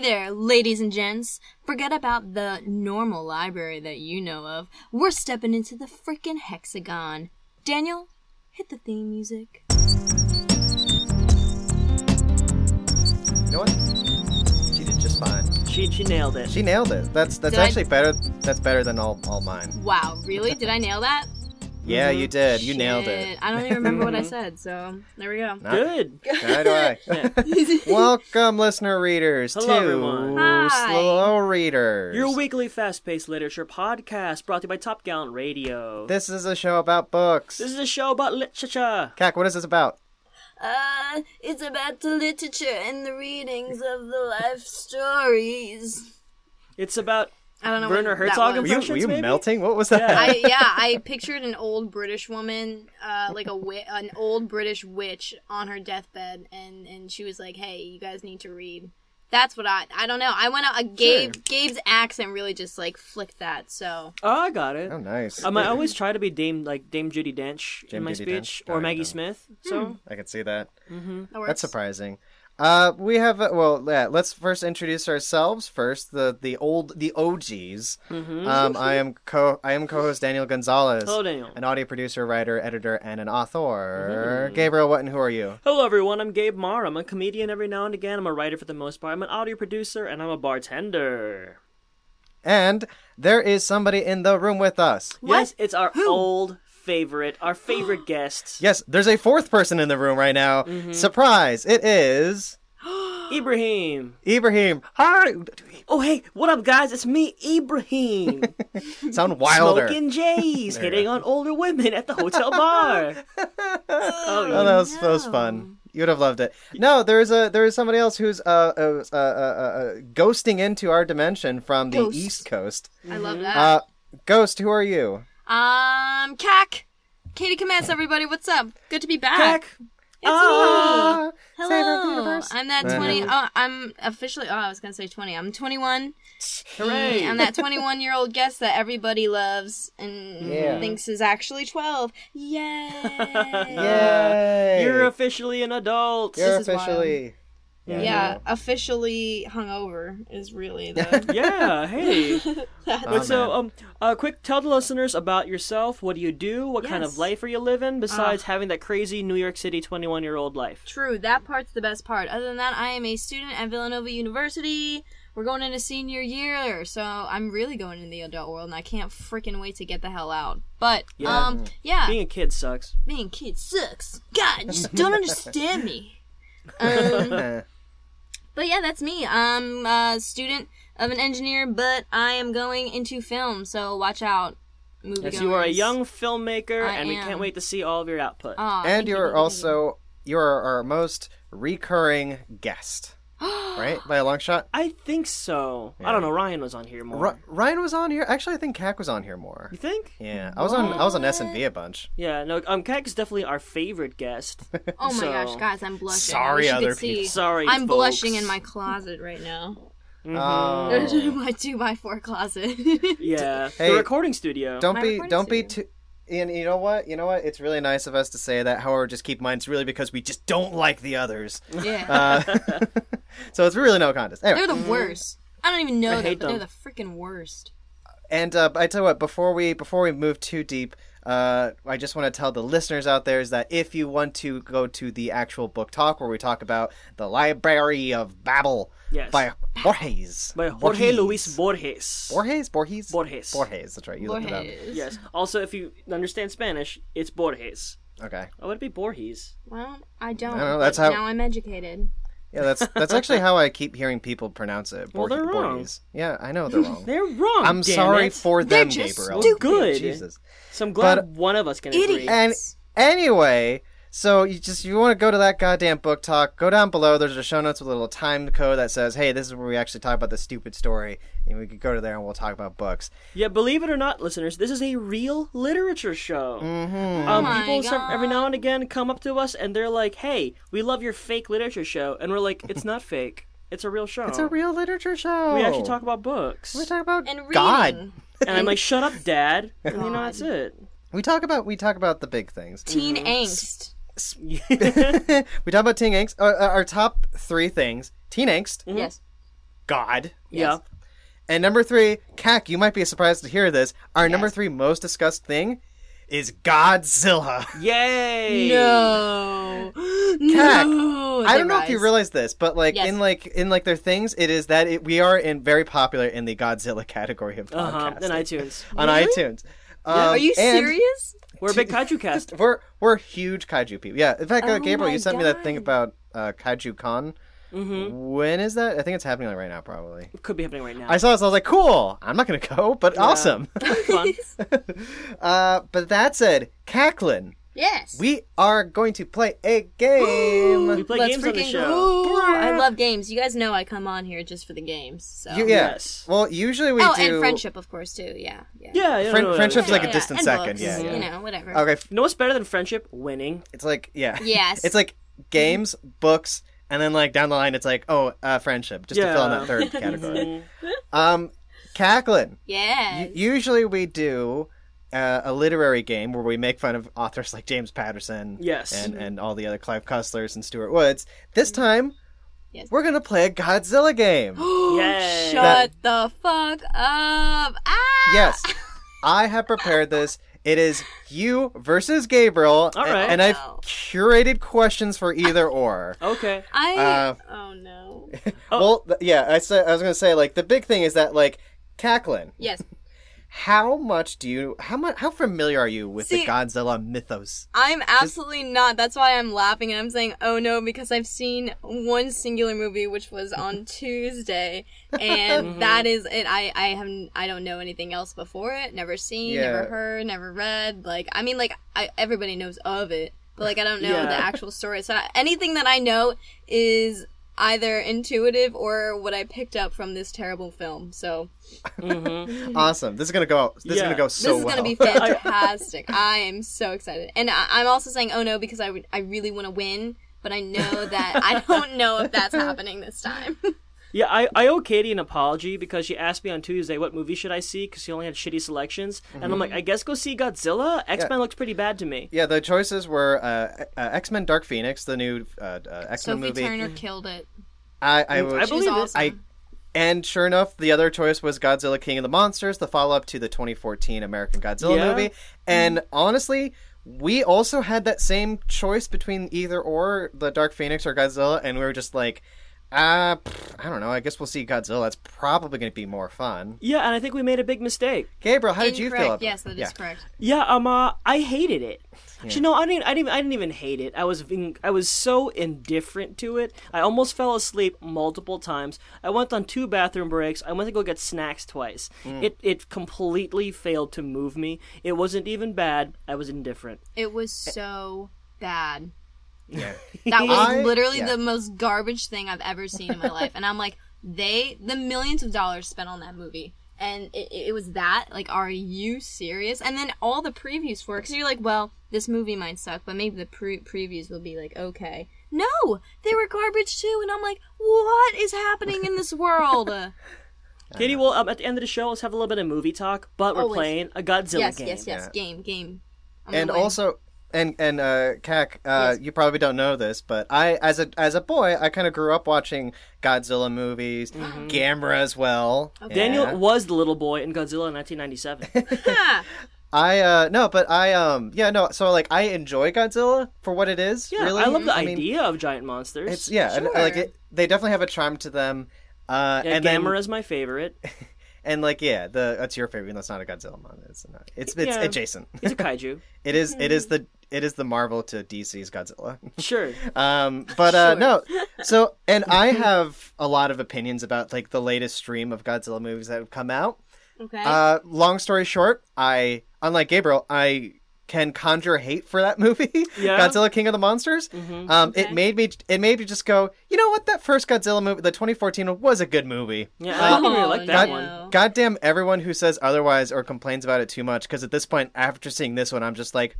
there, ladies and gents. Forget about the normal library that you know of. We're stepping into the freaking hexagon. Daniel, hit the theme music. You know what? She did just fine. She she nailed it. She nailed it. That's that's Did I- actually better. That's better than all all mine. Wow, really? Did I nail that? Yeah, you did. You nailed Mm-hmm. Shit, it. I don't even remember what I said, so there we go. Not- Good. Neither do I. Welcome, listener readers, Hello, to everyone. Hi. Slow Readers. Your weekly fast-paced literature podcast brought to you by Top Gallant Radio. This is a show about books. This is a show about literature. Cack, what is this about? Uh, it's about the literature and the readings of the life stories. It's about I don't know. Werner what that was. Were Herzog you, were Impressions, you maybe? melting? What was that? Yeah. I, yeah, I pictured an old British woman, uh, like a wi- an old British witch on her deathbed, and and she was like, "Hey, you guys need to read." That's what I I don't know. I went out. Uh, Gabe Gabe's accent really just like flicked that. So oh, I got it. Oh, nice. Um, I always try to be Dame like Dame Judy Dench Dame in my Judi speech, Dench? or Alright, Maggie no. Smith. So I can see that. that works. That's surprising. Uh, we have uh, well, yeah, let's first introduce ourselves first. The the old the OGs. Um, I am co I am co-host Daniel Gonzalez. Mm-hmm. Hello, Daniel. An audio producer, writer, editor, and an author. Mm-hmm. Gabriel, what and who are you? Hello, everyone. I'm Gabe Marr. I'm a comedian every now and again. I'm a writer for the most part. I'm an audio producer, and I'm a bartender. And there is somebody in the room with us. What? Yes, it's our old favorite, our favorite guest, Yes, there's a fourth person in the room right now. Mm-hmm. Surprise! It is Ibrahim. Ibrahim. Hi. Oh, hey, what up, guys? It's me, Ibrahim. Sound wilder. Smoking Jays, hitting on older women at the hotel bar. oh, Oh, that was, that was fun. You would have loved it. No, there is a there is somebody else who's uh, uh, uh, uh, uh ghosting into our dimension from the Ghost. East Coast. I love that. Uh, ghost, who are you? um, Cac, Katie Commands, everybody, what's up? Good to be back. Jack. Ah. Ah, saver of the Hello. universe. I'm that twenty. Oh, I'm officially. Oh, I was gonna say twenty. I'm twenty one. Hooray. I'm Mm, that 21 year old guest that everybody loves and Yeah. thinks is actually 12. Yay! Yay! You're officially an adult. You're This is officially. Yeah, officially hungover is really the. yeah, hey. Oh, But so, man. um, uh, quick, tell the listeners about yourself. What do you do? What kind Yes. Ah. of life are you living besides having that crazy New York City 21 year old life? True, that part's the best part. Other than that, I am a student at Villanova University. We're going into senior year, so I'm really going into the adult world, and I can't freaking wait to get the hell out. But, Yeah. um, yeah. Being a kid sucks. man, kid sucks. God, you just don't understand me. Um, but yeah, that's me. I'm a student of an engineer, but I am going into film, so watch out. Movie Yes, you are a young filmmaker, I and we am. Um, can't wait to see all of your output. Ah, and you're also you're our most recurring guest, right? By a long shot. I think so. I don't know. Ryan was on here more. R- Ryan was on here. Actually, I think Cack was on here more. you think? Yeah, I was on I was on S and V a bunch. Yeah, no, um, Keg is definitely our favorite guest. Oh my so- gosh, guys, I'm blushing. Sorry, I wish you other could see. people. Sorry, I'm folks. Mm-hmm. blushing in my closet right now. Oh. my two by four closet. Yeah, Hey, the recording studio. Don't My be recording don't be studio. too and you know what? You know what? It's really nice of us to say that. However, just keep in mind it's really because we just don't like the others. yeah, Uh, so it's really no contest. Anyway, they're the worst. I don't even know them, hate but them. they're the freaking worst. and uh, I tell you what, before we before we move too deep, uh, I just want to tell the listeners out there is that if you want to go to the actual book talk where we talk about the Library of Babel Yes. by Borges, By Jorge Luis Borges. Borges, Borges, Borges. Borges. That's right. You looked it Borges. Yes. Also, if you understand Spanish, it's Borges. up. Okay. Oh, would it be Borges? Well, I don't. know, that's but how- Now I'm educated. Yeah, that's that's actually how I keep hearing people pronounce it. Well, Borgi- they're wrong. Borgis. Yeah, I know they're wrong. They're wrong. I'm damn sorry it. for They're them, just Gabriel. stupid. Good. Jesus. So I'm glad But- one of us can agree. Idiot. And Yes. anyway, so you just you want to go to that goddamn book talk? Go down below. There's a show notes with a little time code that says, "Hey, this is where we actually talk about the stupid story," and we could go to there and we'll talk about books. Yeah, believe it or not, listeners, this is a real literature show. Mm-hmm. Um, Oh my people some- every God. now and again come up to us and they're like, "Hey, we love your fake literature show," and we're like, "It's not fake. It's a real show. It's a real literature show. Oh. We actually talk about books." We talk about And reading. God. and I'm like, "Shut up, Dad." And, you know, that's it. We talk about we talk about the big things. Teen angst. Mm. we talk about teen angst. Uh, uh, our top three things: teen angst, Yes. God. Yeah. And number three, Kak, you might be surprised to hear this. Our number Yes. three most discussed thing is Godzilla. Yay! No. no. I don't They know if you rise. realize this, but like Yes. in like in like their things, it is that it, we are in very popular in the Godzilla category of Uh huh. podcasting Then iTunes. on Uh-huh. Really? iTunes. Are Um, you and serious? We're a big kaiju cast. We're we're huge kaiju people. Yeah. In fact, uh, Oh Gabriel, my you sent me that thing God. Hmm? about uh, Kaiju Con. Mm-hmm. When is that? I think it's happening like, right now, probably. Could be happening right now. I saw this. I was like, "Cool! I'm not gonna go, but awesome." Fun. uh, but that said, Cacklin, Yes. we are going to play a game. We play games on the show. Ooh, I love games. You guys know I come on here just for the games. So. You- yeah. Yes. Well, usually we oh, do. and friendship, of course, too. Yeah. Yeah. Yeah. yeah Friend- no, no, no, friendship's yeah. like a Yeah, distant and second, books, yeah, You yeah. know, whatever. Okay, f- You know what's better than friendship? Winning. it's like yeah. Yes. It's like games, books, and then like down the line, it's like oh, uh, friendship, just to fill in that Yeah. third category. Mm-hmm. um, Cacklin. Yes. U- usually we do uh, a literary game where we make fun of authors like James Patterson, Yes. and and all the other Clive Custlers and Stuart Woods. This time, Mm-hmm. Yes. we're gonna play a Godzilla game. Yay. Shut the fuck up. Ah! yes, I have prepared this. It is you versus Gabriel, All a- right. and I've Wow. curated questions for either or. Okay. I. Uh, oh, no. Well, th- yeah, I, sa- I was gonna say like the big thing is that like Cacklin, Yes. how much do you how much how familiar are you with See- the Godzilla mythos? I'm absolutely not. That's why I'm laughing and I'm saying, oh no, because I've seen one singular movie, which was on Tuesday, and that is it. I I have I don't know anything else before it. Never seen, never Yeah. heard, never read. Like I mean, like I, everybody knows of it, but like I don't know Yeah. the actual story. So I- anything that I know is either intuitive or what I picked up from this terrible film. So Mm-hmm. Awesome. This is gonna go. This is Yeah. gonna go Mhm. so this is well. gonna be fantastic. I am so excited, and I, I'm also saying, oh no, because I would- I really want to win, but I know that I don't know if that's happening this time. Yeah, I, I owe Katie an apology because she asked me on Tuesday what movie should I see because she only had shitty selections, Mm-hmm. and I'm like, I guess go see Godzilla. X Men looks pretty bad to me. yeah, the choices were uh, uh, X Men: Dark Phoenix, the new uh, uh, X Men Sophie movie. Turner killed it. I, I, Mm, I was, She was believe it. awesome. I- and sure enough, the other choice was Godzilla King of the Monsters, the follow up to the 2014 American Godzilla Yeah. movie. And honestly, we also had that same choice between either or the Dark Phoenix or Godzilla, and we were just like, ah, pff, I don't know. I guess we'll see Godzilla. It's probably going to be more fun. Yeah, and I think we made a big mistake. Gabriel, how did you Incorrect. feel? About Yes, that it? is yeah. correct. Yeah, um, uh, I hated it. Actually, no, I didn't. I didn't. I didn't even hate it. I was. being- I was so indifferent to it. I almost fell asleep multiple times. I went on two bathroom breaks. I went to go get snacks twice. Hmm. It it completely failed to move me. It wasn't even bad. I was indifferent. It was so bad. Yeah. That was I- literally yeah. the most garbage thing I've ever seen in my life. And I'm like, they, the millions of dollars spent on that movie. And it, it was that. Like, are you serious? And then all the previews for it. Because you're like, well, this movie might suck, but maybe the pre- previews will be like, okay. No, they were garbage too. And I'm like, what is happening in this world? Katie, well, um, at the end of the show, let's have a little bit of movie talk, but we're Always. playing a Godzilla yes, game. yes, yes. Yeah. Game, game. I'm and gonna win. also and and uh Kak, uh Yes. you probably don't know this but i as a as a boy i kind of grew up watching godzilla movies Mm-hmm. gamera as well Daniel Yeah. was the little boy in Godzilla in 1997. Ha! i uh no but i um yeah no so like i enjoy godzilla for what it is yeah, really I love the mean, idea of giant monsters. it's yeah and, uh, like Sure. it, they definitely have a charm to them uh yeah, and then, Gamera's my favorite. and like yeah the that's your favorite even though it's not a godzilla manga it's not it's it's Yeah. Mm-hmm. adjacent It's a kaiju. it is it is the it is the marvel to dc's godzilla Sure. Um, but uh, Sure. no, so and I have a lot of opinions about like the latest stream of Godzilla movies that have come out. Okay. Uh, long story short, I unlike Gabriel, I can conjure hate for that movie, Yeah. Godzilla King of the Monsters. Mhm. Um, it Okay. made me it made me just go, you know what? That first Godzilla movie, the 2014 one, was a good movie. Yeah, Uh, I didn't really like that Oh, one. no. Goddamn everyone who says otherwise or complains about it too much, because at this point, after seeing this one, I'm just like,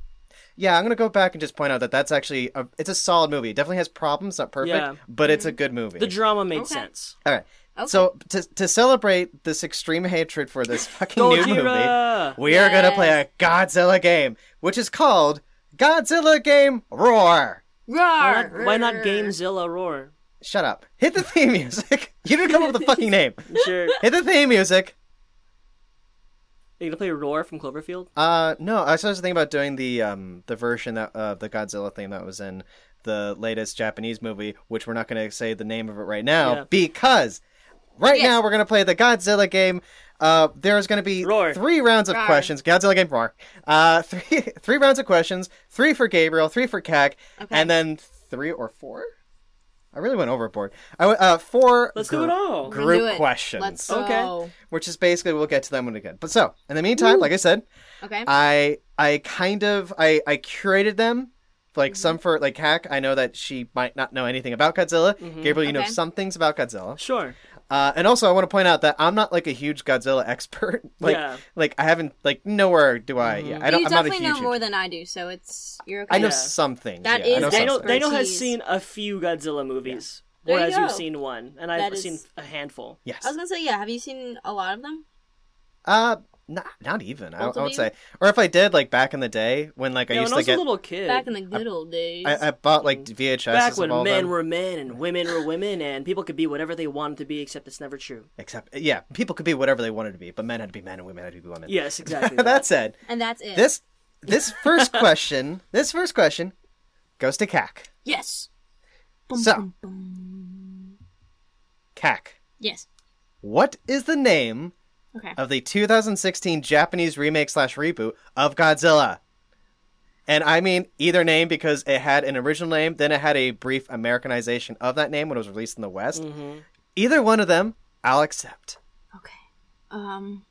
yeah, I'm gonna go back and just point out that that's actually a, it's a solid movie. It definitely has problems, not perfect, Yeah. but it's a good movie. The drama made Okay. sense. All right. Mm-hmm. Okay. So to to celebrate this extreme hatred for this fucking new movie, Gojira! we are gonna play a Godzilla game, which is called Godzilla Game Roar. Roar! Why not, why not Gamezilla roar? Shut up. Hit the theme music. You didn't come up with a fucking name. Sure. Hit the theme music. Are you gonna play Roar from Cloverfield? Uh, no, I was just thinking about doing the um the version that uh, the Godzilla theme that was in the latest Japanese movie, which we're not going to say the name of it right now Yeah. because right Yes. now we're going to play the Godzilla game. Uh, there's going to be Roar. three rounds of Roar. questions. Godzilla game roar. Uh, three three rounds of questions. Three for Gabriel. Three for Kak. And then three or four. I really went overboard. I went, uh, four. Let's gr- do it all. Oh. We're Group gonna do it. questions, Let's Okay. go. which is basically we'll get to them when we get. But so in the meantime, like I said, Okay. Uh, I I kind of I I curated them. Like some Mm-hmm. for like Hack, I know that she might not know anything about Godzilla. Mm-hmm. Gabriel, you know Okay. some things about Godzilla, Sure. uh, and also I want to point out that I'm not like a huge Godzilla expert. like, Yeah. Mm-hmm. like I haven't like nowhere do I. Yeah, I don't. you I'm not a definitely huge. know more huge- than I do, so it's you're okay. I know Yeah. some things. That yeah, I is know some Dino, Expertise. things. Dino has seen a few Godzilla movies, There you whereas go. you've seen one, and I've That is- seen a handful. Yes. I was gonna say, yeah. Have you seen a lot of them? Uh, not not even. I, I Multiple would even? say, or if I did like back in the day when like I Yeah, when used I to was a get, little kid, Back in the good old days. I, I bought like VHS back of when all men them. were men and women were women, and people could be whatever they wanted to be, except it's never true. Except, yeah, people could be whatever they wanted to be, but men had to be men and women had to be women. Yes, exactly. that said, and that's it. this this first question, this first question, goes to Cac. yes. So, Cac, Yes. what is the name Okay. of the 2016 Japanese remake slash reboot of Godzilla? And I mean either name because it had an original name, then it had a brief Americanization of that name when it was released in the West. Mm. Either one of them, I'll accept. Okay. Um.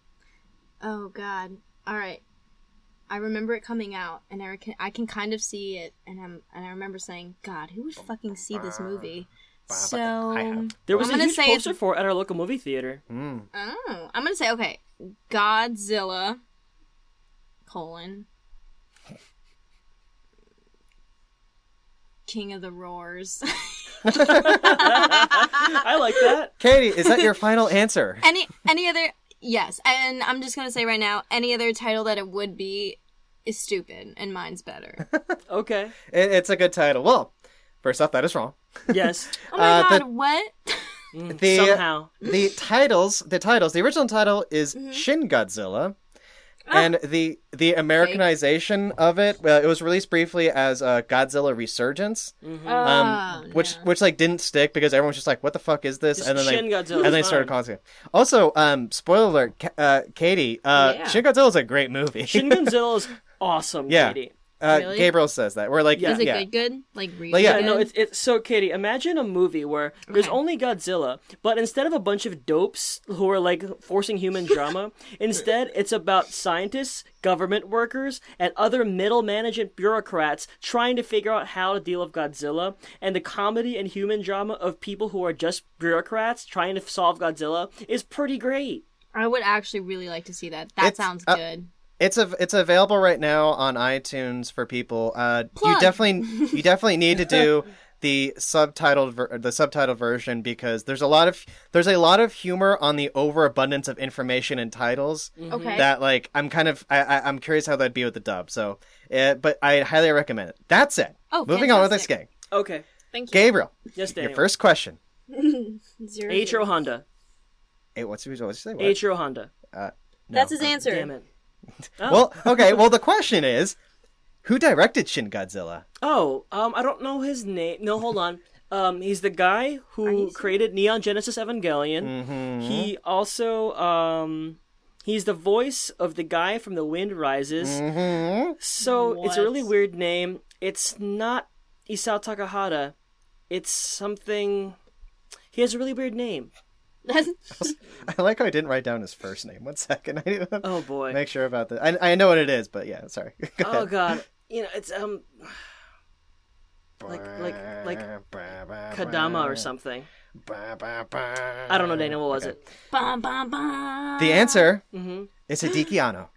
Oh God. All right. I remember it coming out, and I can I can kind of see it, and I'm and I remember saying, God, who would fucking see this movie? So I have. There was I'm a gonna huge say it's- poster for it at our local movie theater. Mm. Oh, I'm gonna say okay. Godzilla colon King of the Roars. I like that. Hmm. Katie, is that your final answer? any any other yes, and I'm just gonna say right now, any other title that it would be is stupid, and mine's better. Okay. It, it's a good title. Well, first off, that is wrong. Yes. Oh my Uh, the- god, what? Mm, The- Somehow. The titles, the titles, the original title is Mm-hmm. Shin Godzilla, Ah. and the the Americanization of it. Well, it was released briefly as uh, Godzilla Resurgence, Uh, um, Ah, Oh, which no. which like didn't stick because everyone was just like, "What the fuck is this?" Just and then Shin like, Godzilla. and they is started fine. calling it. Also, um, spoiler alert, Ka- uh, Katie, uh, Yeah. Shin Godzilla is a great movie. Shin Godzilla is awesome, Yeah. Katie. uh, Really? Gabriel says that. We're like, Yeah. is it yeah. good? Good? Like really? Like, yeah, Yeah, good? no, it's it's so Katie. Imagine a movie where there's Okay. only Godzilla, but instead of a bunch of dopes who are like forcing human drama, instead it's about scientists, government workers, and other middle management bureaucrats trying to figure out how to deal with Godzilla and the comedy and human drama of people who are just bureaucrats trying to solve Godzilla is pretty great. I would actually really like to see that. That It's- sounds uh, good. It's a, it's available right now on iTunes for people. Uh, you Plug. definitely you definitely need to do the subtitled ver- the subtitled version because there's a lot of there's a lot of humor on the overabundance of information and titles Okay. that like I'm kind of I, I I'm curious how that'd be with the dub. So, uh, but I highly recommend it. That's it. Oh, moving on with this game, fantastic. Okay. Thank you. Gabriel. Yes, Your Daniel. first question. Zero. Eiichiro Honda. Hey, what's what's you say? What? Eiichiro Honda. That's his answer. Damn it. Well, okay. Well, the question is, who directed Shin Godzilla? Oh, um, I don't know his name. No, hold on. Um, he's the guy who created Neon Genesis Evangelion. He also, um, he's the voice of the guy from The Wind Rises. Mm. Mm-hmm. So it's a What? really weird name. It's not Isao Takahata. It's something. He has a really weird name. That's- I like how I didn't write down his first name. One second, I need to Oh boy. make sure about that. I, I know what it is, but yeah, sorry. Go oh ahead. god. You know, it's um like- like- like Oh. Kadama or something. I don't know, Daniel. What was it? bum, bum, bum. The answer Mhm. is Hideki Anno.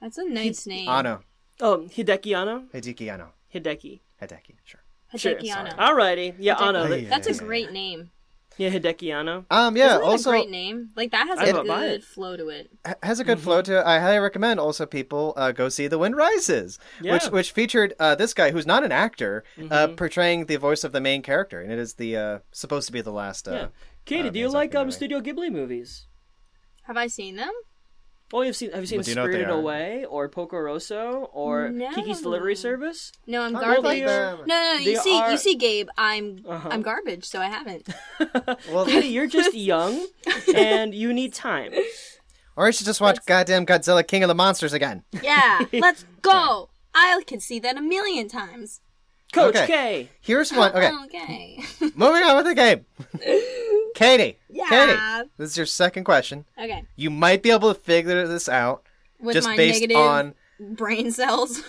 That's a nice name. Anno, Oh, Hideki Anno. Hideki Anno, Hideki. Hideki. Sure. Hideki Anno. Alrighty. Ah, Yeah, Anno. Hideki. That's a Yeah. great name. Yeah, Hideki Anno. Um, yeah. Isn't that also, a great name. Mm-hmm. Like that has I a don't buy good it. flow to it. ha- has a good flow to it. I highly recommend also people uh, go see The Wind Rises, which Yeah. which featured uh, this guy who's not an actor uh, Mm-hmm. portraying the voice of the main character, and it is the uh, supposed to be the last. Uh, Yeah. Katie, Uh, do you Miyazaki like um movie. Studio Ghibli movies? Have I seen them? Oh, you've seen have you seen Do you know what they Spirited are? Away or Poco Rosso or No. Kiki's Delivery Service? No, I'm I garbage. like no, them. no, no. You They see, are- you see, Gabe. I'm Uh-huh. I'm garbage, so I haven't. Well, Katie, you're just young and you need time. or you should just watch goddamn Godzilla King of the Monsters again. Yeah, let's go. I can see that a million times. Coach Okay. K. Here's one. Okay, Okay. moving on with the game. Katie, Yeah. Katie, this is your second question. okay. You might be able to figure this out With just my based negative Uh-huh. on brain cells.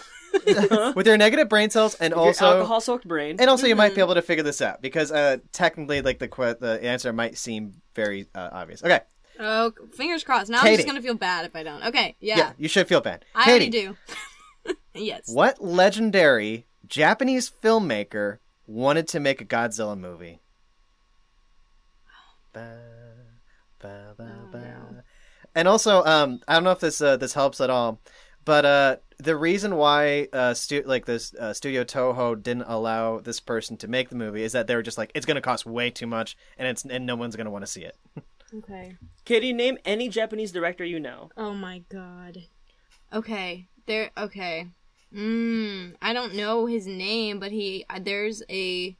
with your negative brain cells and also your alcohol soaked brain. And also, you Mm-hmm. might be able to figure this out because uh, technically, like the que- the answer might seem very uh, obvious. Okay, oh, fingers crossed. Now I'm Katie. just gonna feel bad if I don't. Okay. Yeah. yeah, you should feel bad. I Katie, already do. yes. What legendary Japanese filmmaker wanted to make a Godzilla movie? Ba, ba, ba, ba. And also, um, I don't know if this uh, this helps at all, but uh, the reason why uh, stu- like this uh, studio Toho didn't allow this person to make the movie is that they were just like, it's going to cost way too much, and it's and no one's going to want to see it. Okay. Katie, name any Japanese director you know. Oh my god. Okay. There. Okay. Mm, I don't know his name, but he uh, there's a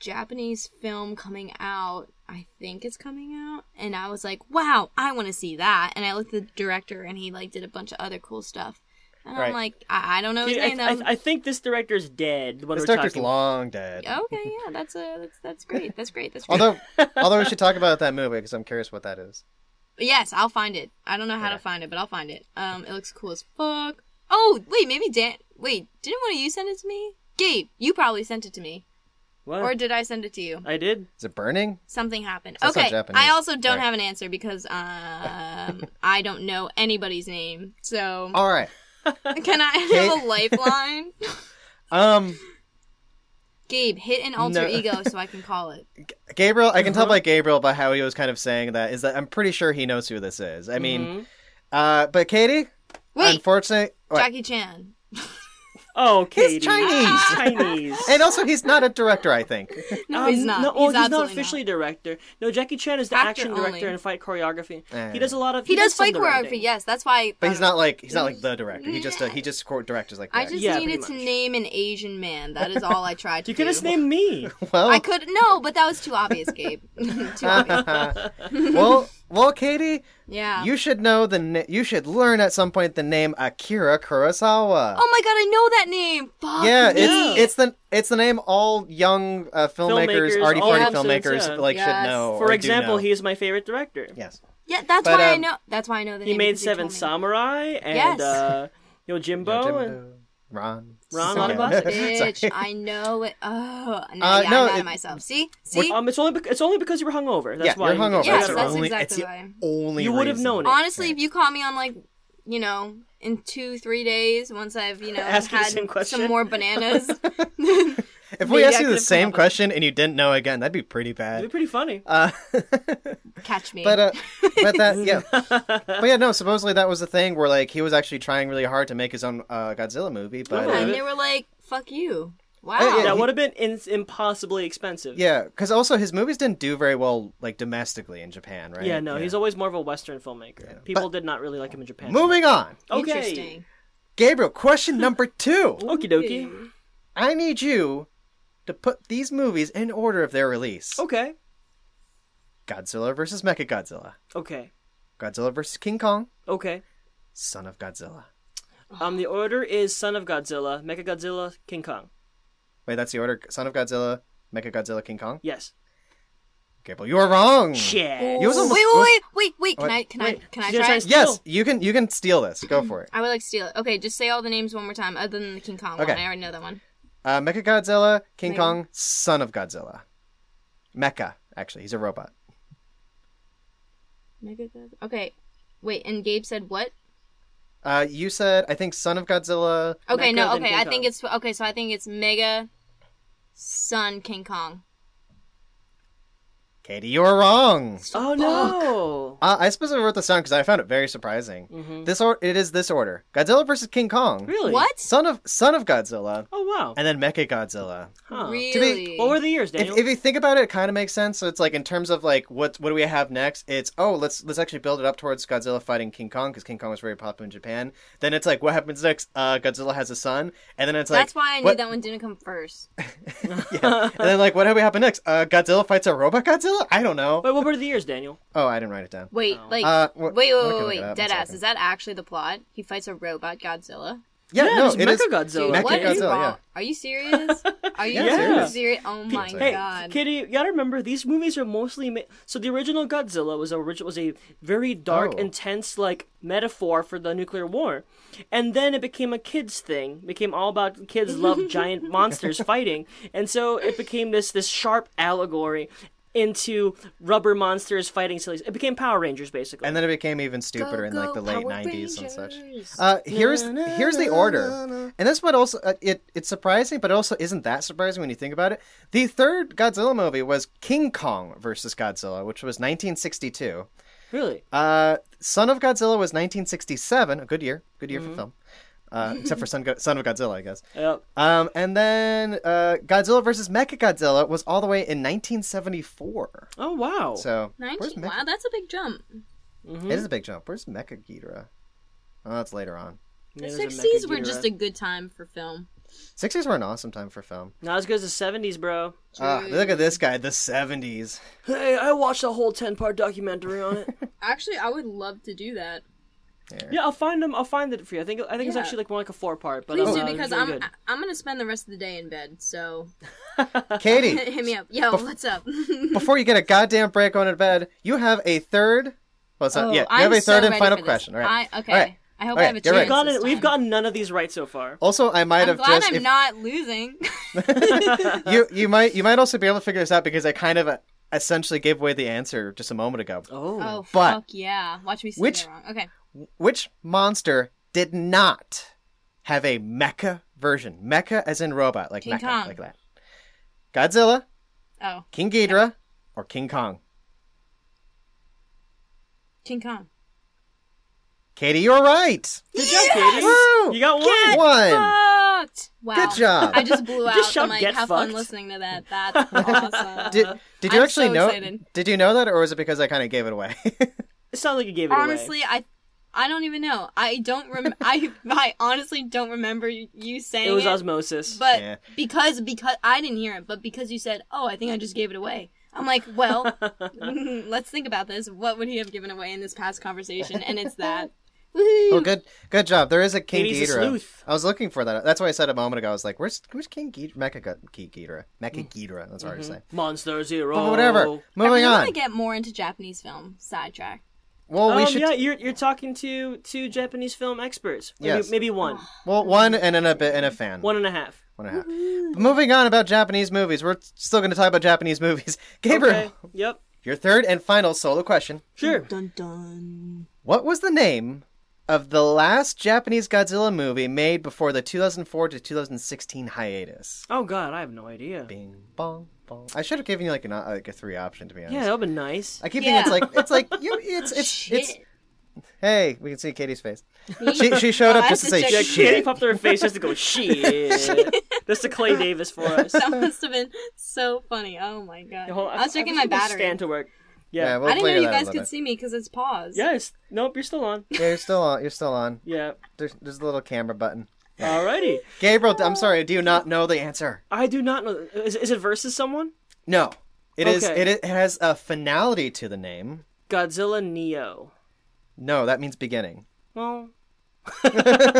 Japanese film coming out. I think it's coming out, and I was like, "Wow, I want to see that." And I looked at the director, and he like did a bunch of other cool stuff. And Right. I'm like, I, I don't know his Katie, name. I, though. I, I think this director's dead. The one This we're director's talking long dead. okay, yeah, that's a that's that's great. That's great. That's great. Although, although we should talk about that movie because I'm curious what that is. Yes, I'll find it. I don't know how Okay. to find it, but I'll find it. Um, it looks cool as fuck. Oh, wait, maybe Dan. Wait, didn't one of you send it to me? Gabe, you probably sent it to me, What? or did I send it to you? I did. Is it burning? Something happened. That's not okay, Japanese. I also don't Sorry. have an answer because um, I don't know anybody's name. So All right. Oh. can I have a lifeline? Um, Gabe, hit an alter No. ego so I can call it. Gabriel, I can Mm-hmm. tell by Gabriel by how he was kind of saying that is that I'm pretty sure he knows who this is. I mean, Mhm. uh, but Katie, Wait, unfortunately, what? Jackie Chan. Oh, Katie. he's Chinese, Chinese. and also he's not a director. I think. No, Um, he's not. No, he's, oh, he's not absolutely officially director. No, Jackie Chan is the Actor action only. director and fight choreography. Eh. He does a lot of. He, does some fight choreography. directing. Yes, that's why. But I he's don't know. not like he's not like the director. He just uh, he just co- directors like I that. just Yeah, needed to pretty much. name an Asian man. That is all I tried to You could do. have named me. well, I could no, but that was too obvious, Gabe. too obvious. well, well, Katie, Yeah. you should know the na- you should learn at some point the name Akira Kurosawa. oh my god, I know that name. Fuck yeah, me. it's it's the it's the name all young uh, filmmakers, Filmmakers, arty all farty actors, filmmakers yeah. like should Yes. know. or For Oh, do example, know. he is my favorite director. yes. yeah. That's but, why I um, know. That's why I know the name. He made because you Seven told me. Samurai and Yes. uh, Yojimbo. and... Ron. Ron Sorry. Lonabas? Bitch, Sorry. I know it. Oh, now, Uh, yeah, no, I'm mad it- at myself. See, see. Um, it's only bec- it's only because you were hungover. That's Yeah, why you're hungover. You got Yes, it that's wrong. only, exactly it's why. the only You would have reason. known it. Honestly, if you call me on like, you know, in two three days, once I've you know Ask you the had same question? some more bananas. If we Maybe asked I you the could've come same up with- question and you didn't know again, that'd be pretty It'd be bad. pretty funny. Uh, Catch me. but uh, but that yeah, but yeah, no. Supposedly that was the thing where like he was actually trying really hard to make his own uh, Godzilla movie, Oh, but Yeah, uh, and they were like, "Fuck you." Wow. Oh, yeah, that he- would have been in- impossibly expensive. yeah, because also his movies didn't do very well like domestically in Japan, right? Yeah, no, he's always more of a Western filmmaker. People did not really like him in Japan. moving on. Okay. Interesting. Gabriel, question number two. Okie dokie. I need you to put these movies in order of their release. Okay. Godzilla versus Mechagodzilla. Okay. Godzilla versus King Kong. Okay. Son of Godzilla. Um, the order is Son of Godzilla, Mechagodzilla, King Kong. Wait, that's the order. Son of Godzilla, Mechagodzilla, King Kong. Yes. Gabriel, you are wrong. Shit. You Hmm. was almost- wait, wait, wait, wait, wait. Can What? I? Can I? Wait, Can I she's gonna try? try- Yes, Steal. you can. You can steal this. Go for it. I would like to steal it. Okay, just say all the names one more time, other than the King Kong Okay. one. I already know that one. Uh, Mechagodzilla, King Mecha. Kong, Son of Godzilla. Mecha. Actually, he's a robot. Megagodzilla. Okay, wait. And Gabe said what? Uh, you said I think Son of Godzilla. Okay, no. Mecha, then Okay, King I Kong. think it's okay. So I think it's Mega, Sun, King Kong. Katie, you were wrong. Oh no! Mm-hmm. Uh, I specifically wrote this down because I found it very surprising. This or- it is this order: Godzilla versus King Kong, Really? What? Son of Son of Godzilla, Oh wow! and then Mecha Godzilla. Huh. Really? What were the years, If, Daniel? if you think about it, it kind of makes sense. So it's like in terms of like what what do we have next? It's oh let's let's actually build it up towards Godzilla fighting King Kong because King Kong was very popular in Japan. Then it's like what happens next? Uh, Godzilla has a son, and then it's like That's why I knew what- that one didn't come first. yeah. and then like what have we happen next? Uh, Godzilla fights a robot Godzilla? I don't know. Wait, what were the years, Daniel? Oh, I didn't write it down. Wait, like, Uh, wh- wait, wait, what can wait, I look wait, it up? One dead ass. second. Is that actually the plot? He fights a robot Godzilla. Yeah, no, there's it is. Mechagodzilla. Dude, Mecha what is Godzilla, wrong? yeah. Are you serious? Are you Yeah, serious. serious? Oh my Pizza. Hey, god. Kitty, you gotta remember these movies are mostly ma- so the original Godzilla was a origi- was a very dark, Oh. intense like metaphor for the nuclear war, and then it became a kids thing, became all about kids love giant monsters fighting, and so it became this this sharp allegory into rubber monsters fighting silly. It became Power Rangers basically. And then it became even stupider in like the Go, late Power '90s and such. Rangers. Uh, here's here's the order, and that's what also uh, it it's surprising, but it also isn't that surprising when you think about it. The third Godzilla movie was King Kong versus Godzilla, which was 1962. really, Uh, Son of Godzilla was 1967, a good year, good year for film, uh, except for Son, Go- Son of Godzilla, I guess. Yep. Um, and then uh, Godzilla versus Mechagodzilla was all the way in 1974. oh wow, So where's 19, Mecha- wow, that's a big jump. Mm-hmm. It is a big jump. Where's Mecha Ghidorah? Oh, that's later on. The Yeah, there's a 60s were Mecha just Ghidorah. a good time for film. 60s were an awesome time for film. not as good as the seventies, bro. Ah, look at this guy, the 70s. Hey, I watched a whole ten part documentary on it. Actually, I would love to do that. Yeah, I'll find them. I'll find it for you. I think I think it's Yeah. actually like more like a four part. But Please um, do uh, it's because really I'm good. I, I'm gonna spend the rest of the day in bed. So Katie, hit me up. Yo, what's up? before you get a goddamn break going to bed, you have a third. Well, it's not Oh, yet. You have a I'm so third and ready final for this. question. All right. I, okay. All right. I hope All I right, have a get chance. ready. We've gotten this we've time. gotten none of these right so far. Also, I might I'm have glad just I'm if- not losing. you you might you might also be able to figure this out because I kind of uh, essentially gave away the answer just a moment ago. Oh, oh But- fuck yeah! Watch me say Which- that wrong. Okay. Which monster did not have a mecha version? Mecha as in robot, like King mecha, Kong. like that. Godzilla, Oh, King Ghidorah, or King Kong? King Kong. Katie, you're right. good job, Katie. Woo! You got one. One. Fucked. Wow. Good job. I just blew out. Just shout, I'm like, "Get have fucked." fun listening to that. That's awesome. Did did Uh-huh. you I'm actually so know? excited. Did you know that, or was it because I kind of gave it away? It sounds like you gave it away. honestly, I. I don't even know. I don't rem. I I honestly don't remember you- you saying it was osmosis. But Yeah. because because I didn't hear it, but because you said, "Oh, I think I just gave it away." I'm like, well, mm-hmm, let's think about this. What would he have given away in this past conversation? And it's that. Woohoo! oh, good, good job. There is a King Katie's a Ghidorah. sleuth. I was looking for that. That's why I said a moment ago. I was like, "Where's where's King Ghidorah? Mecha Gu- King Ghidorah? Mm-hmm. Mecha Ghidorah? That's what I was saying. Monster Zero. But Oh. whatever. I Moving want on. to get more into Japanese film. Sidetrack. Well, Um, we should. Yeah, you're you're talking to two Japanese film experts. Maybe, Yes. maybe one, Well, one and then a bit and a fan. one and a half. One and a half. But moving on about Japanese movies. We're still going to talk about Japanese movies. Gabriel, Okay. Yep. your third and final solo question. Sure. Dun dun. What was the name of the last Japanese Godzilla movie made before the 2004 to 2016 hiatus? Oh God, I have no idea. Bing, bong, bong. I should have given you like, an, o- like a three option to be honest. Yeah, that would be nice. I keep Yeah. thinking it's like it's like you it's it's it's Shit. hey we can see Katie's face. She she showed Oh, up I just to have say to Yeah, check- Katie shit. popped her face just to go shit. That's the Clay Davis for us. that must have been so funny. Oh my god. Hold on, I was checking just my need to battery. Stand to work. Yeah, Yeah. we'll I didn't know figure you that out a guys little could bit. see me because it's paused. Yes. Nope. You're still on. Yeah, you're still on. You're still on. Yeah. There's there's a little camera button. Alrighty. Gabriel, Oh. I'm sorry, do you not know the answer? I do not know. Is, is it versus someone? No. It is. Okay. it is it has a finality to the name. Godzilla Neo. No, that means beginning. Well,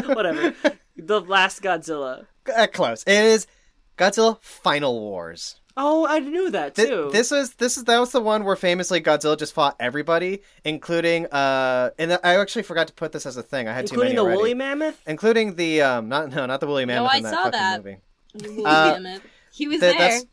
whatever. The last Godzilla. Uh, close. It is Godzilla Final Wars. Oh, I knew that Th- too. this is this is that was the one where famously Godzilla just fought everybody, including uh and I actually forgot to put this as a thing. I had including too the many already. woolly mammoth. including the um not no not the woolly mammoth I in that saw fucking that. movie. You Uh, damn it. He was that- there. that's-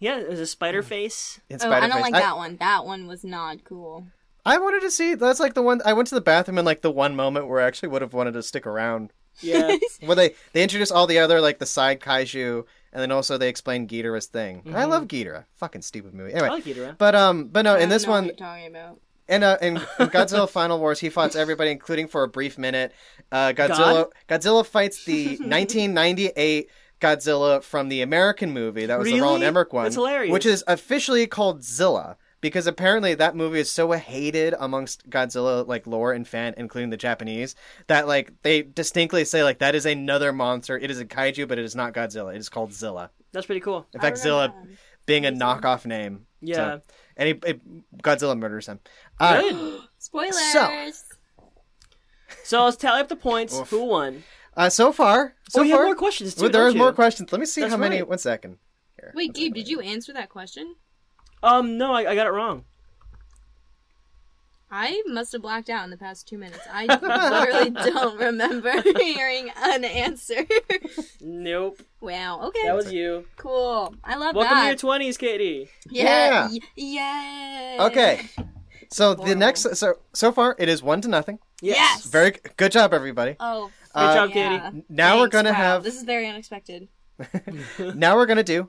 Yeah, it was a spider Mm. face. In Oh, I don't Spider-Face. like I, that one. That one was not cool. I wanted to see that's like the one I went to the bathroom in like the one moment where I actually would have wanted to stick around Yeah. Well, they they introduce all the other like the side kaiju, and then also they explain Ghidorah's thing. And Mm-hmm. I love Ghidorah. Fucking stupid movie. Anyway, I like Ghidorah. but um, but no, I in don't this know what one, you're talking about. and uh, in in Godzilla Final Wars, he fights everybody, including for a brief minute. Uh, Godzilla Godzilla fights the 1998 Godzilla from the American movie that was the Roland Really? Emmerich one, That's hilarious. which is officially called Zilla because apparently that movie is so hated amongst Godzilla like lore and fan, including the Japanese, that like they distinctly say like that is another monster. It is a kaiju, but it is not Godzilla. It is called Zilla. That's pretty cool. In I fact, Zilla remember that. being a knockoff name. So- Yeah. and he, it, Godzilla murders him. Uh, Good. Spoilers. So let's tally up the points. Oof. Who won? Uh, so far, so oh, you far, have more questions too. Well, there don't are more you? questions. Let me see That's how many. right. One second. Here. Wait, Gabe, did you answer that question? Um, no, I, I got it wrong. I must have blacked out in the past two minutes. I literally don't remember hearing an answer. Nope, wow. Okay. that was you. cool. I love Welcome to your that. twenties, Katie. yeah. yeah. Yay. Okay. So the Horrible. next, so so far, it is one to nothing. Yes. Very g- good job, everybody. Oh. Uh, Good job, yeah. Katie. Now we're Thanks, gonna wow. have. This is very unexpected. Now we're gonna do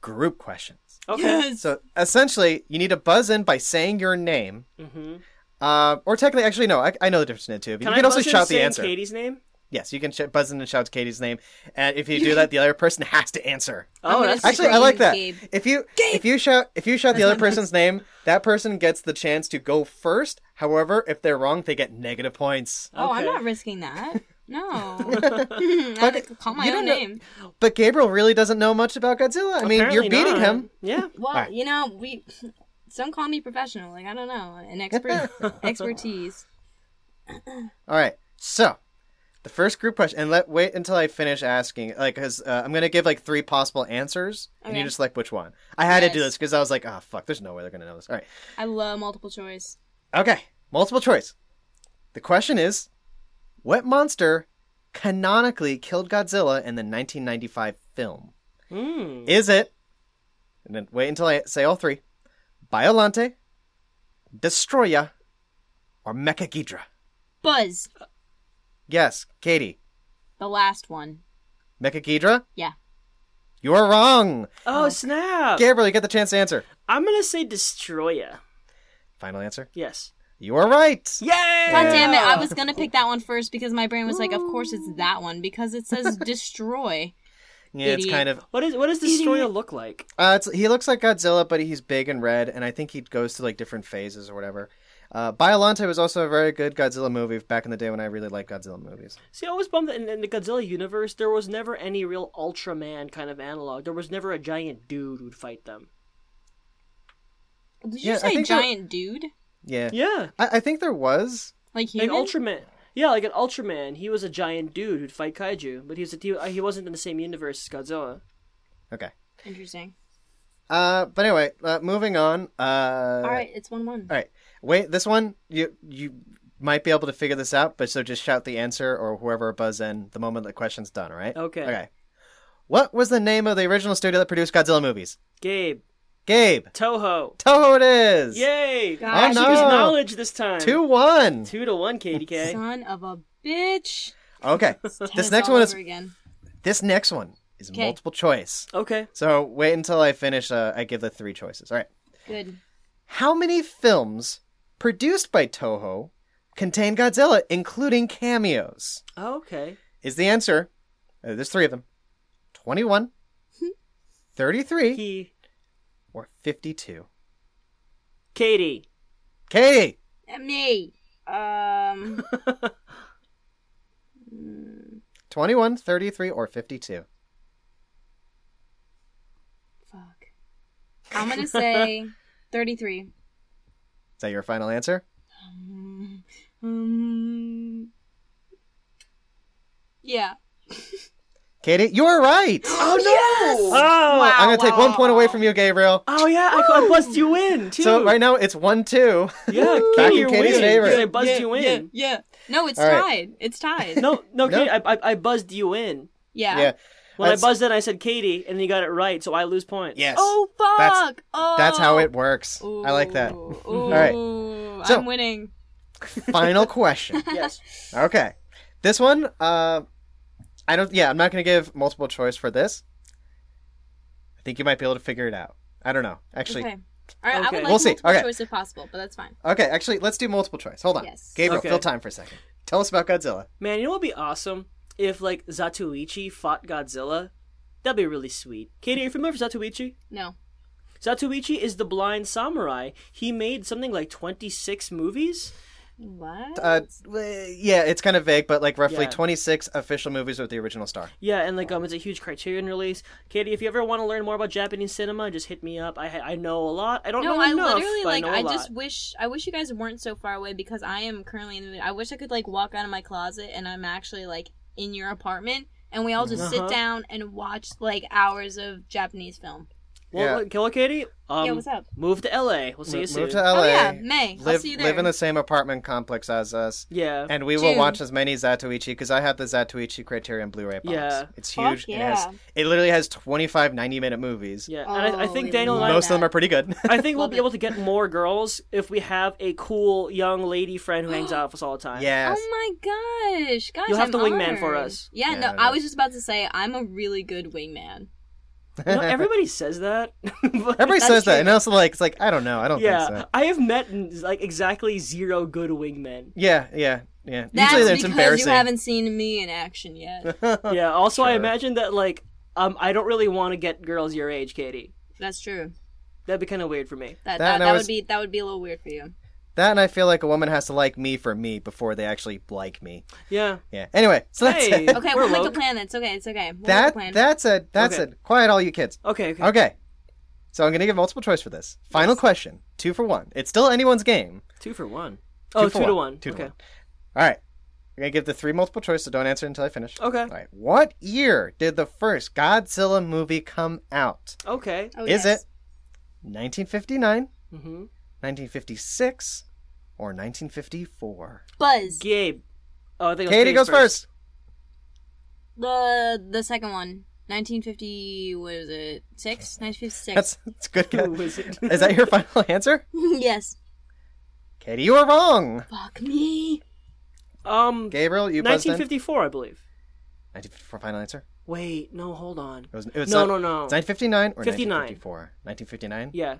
group questions. Okay. Yes. So essentially, you need to buzz in by saying your name, Mm-hmm. uh, or technically, actually, no, I, I know the difference in the two of you. Can you I can also buzz in shout the saying answer. Katie's name. Yes, you can sh- buzz in and shout Katie's name, and if you do that, the other person has to answer. I'm Oh, gonna that's say- Actually, I Gabe, like that. Gabe. If you if you shout if you shout the other person's name, that person gets the chance to go first. However, if they're wrong, they get negative points. Oh, I'm Okay. not risking that. No. I have to call my you don't own know- name. But Gabriel really doesn't know much about Godzilla. I mean, Apparently you're beating not. him. Yeah. Well, Alright. you know, we some call me professional. Like I don't know, an expert expertise. All right. So, the first group question, and let wait until I finish asking, like, because uh, I'm gonna give like three possible answers, and you Okay. just select which one. I had to do Yes. this because I was like, oh fuck, there's no way they're gonna know this. All right. I love multiple choice. Okay. Multiple choice. The question is, what monster canonically killed Godzilla in the 1995 film? Mm. Is it? And then wait until I say all three: Biolante, Destroya, or Mechagidra. Buzz, Yes, Katie. the last one. Mechagidra. Yeah. You are wrong. Oh snap! Gabriel, you get the chance to answer. I'm gonna say Destroya. Final answer. Yes. You are right. Yeah. God damn it! I was gonna pick that one first because my brain was like, "Of course it's that one," because it says destroy. Yeah, it's Idiot. kind of. What is what does Destroya look like? Uh, it's, he looks like Godzilla, but he's big and red, and I think he goes through like different phases or whatever. Uh, Biolante was also a very good Godzilla movie back in the day when I really liked Godzilla movies. See, I was bummed that in, in the Godzilla universe there was never any real Ultraman kind of analog. There was never a giant dude who'd fight them. Did Yeah, you I say think that- giant dude? Yeah, Yeah. I, I think there was. Like Like human? Ultraman. Yeah, like an Ultraman. He was a giant dude who'd fight kaiju, but he was a, he, he wasn't in the same universe as Godzilla. Okay. Interesting. Uh, but anyway, uh, moving on. Uh, All right, it's one one. All right. Wait, this one you you might be able to figure this out, but so just shout the answer or whoever buzz in the moment the question's done. All right. Okay. Okay. What was the name of the original studio that produced Godzilla movies? Gabe, Gabe. Toho. Toho it is. Yay! Gosh. I actually Oh, used no. knowledge this time. Two one. Two to one, KDK. Son of a bitch. Okay. Tennis next all one is- over again. this next one is Okay. multiple choice. okay. So wait until I finish. Uh, I give the three choices. All right. good. How many films produced by Toho contain Godzilla, including cameos? Oh, okay. is the answer. uh, there's three of them 21, 33, He, or 52. Katie. Katie! Uh, Me. Um. 21, 33, or 52. Fuck. I'm gonna say 33. Is that your final answer? Um, yeah. Katie, you're right! Oh no! Oh, Wow. I'm going to take one point away from you, Gabriel. oh yeah! I, I buzzed you in too. So right now it's 1 2. yeah, Back in Katie, you're Katie's winning. favor. because I buzzed you in. Yeah. No, it's All right. tied. It's tied. No, no, No. Katie, I, I, I buzzed you in. Yeah. yeah. When That's- I buzzed in, I said Katie, and then you got it right, so I lose points. Yes. Oh fuck. That's- oh. That's how it works. Ooh. I like that. Ooh. right. So- I'm winning. Final question. Yes. Okay. This one, uh, I don't, yeah, I'm not going to give multiple choice for this. Think you might be able to figure it out. I don't know. Actually, Okay. All right, I Okay. would like We'll see. multiple Okay. choice if possible, but that's fine. okay. Actually, let's do multiple choice. Hold on, Yes. Gabriel, Okay. fill time for a second. Tell us about Godzilla. Man, you know what would be awesome? If, like, Zatoichi fought Godzilla? That'd be really sweet. Katie, are you familiar with Zatoichi? No. Zatoichi is the blind samurai. He made something like 26 movies? What? Uh, w- yeah, it's kind of vague, but like roughly Yeah. 26 official movies with the original star. Yeah, and like um, it's a huge Criterion release. Katie, if you ever want to learn more about Japanese cinema, just hit me up. I ha- I know a lot. I don't no, know I enough. literally but like. I, know I, a lot. just wish. I wish you guys weren't so far away because I am currently in the. I wish I could like walk out of my closet and I'm actually like in your apartment and we all just sit Uh-huh. down and watch like hours of Japanese film. Yeah. Well, yeah. well Katie. Um, yeah, what's up? Move to LA. We'll see you Mo- soon. Move to LA. Oh yeah, May. I'll Live, see you there. live in the same apartment complex as us. yeah. And we will June. watch as many Zatoichi because I have the Zatoichi Criterion Blu-ray box. Yeah. It's Fuck huge. It has it literally has 25 90-minute movies. yeah, and I, I Oh, think we Daniel and I, love Most of them are pretty good. I think we'll Love be it. able to get more girls if we have a cool young lady friend who hangs out with us all the time. yes. Oh my gosh, guys! You'll have I'm to wingman for honored. us. Yeah, Yeah, no, I no. was just about to say I'm a really good wingman. You know, everybody says that. Everybody says that, and also like it's like I don't know. I don't yeah, think so. I have met like exactly zero good wingmen. Yeah, yeah, yeah. That's Usually it's because embarrassing. you haven't seen me in action yet. Yeah. Also, I Sure. imagine that like um, I don't really want to get girls your age, Katie. That's true. That'd be kind of weird for me. That That that, and I that was- would be that would be a little weird for you. that and I feel like a woman has to like me for me before they actually like me. Yeah. Yeah. Anyway, so that's Hey. it. Okay, We're we'll make a woke. plan. It's okay. It's okay. We'll make a that plan. that's it. That's Okay. it. Quiet all you kids. Okay. Okay. Okay. So I'm gonna give multiple choice for this. Final question. Two for one. It's still anyone's game. Two for one. Oh, for two to one. one. Two to okay. one. All right. We're gonna give the three multiple choice, so don't answer until I finish. Okay. All right. What year did the first Godzilla movie come out? Okay. Oh, Is yes. it 1959, Mm-hmm. 1956, or 1954? Buzz? Gabe. Oh, I think it was Katie goes first. The the second one. 1950. What is it? Six. 1956. That's that's a good. Who guess. was it? Is that your final answer? yes. Katie, you are wrong. Fuck me. um, Gabriel, you buzzed in. 1954, I believe. 1954 final answer. Wait, no, hold on. It was, it was No, not- no, no. It's 1959 or 59. 1954? 1959? Yeah.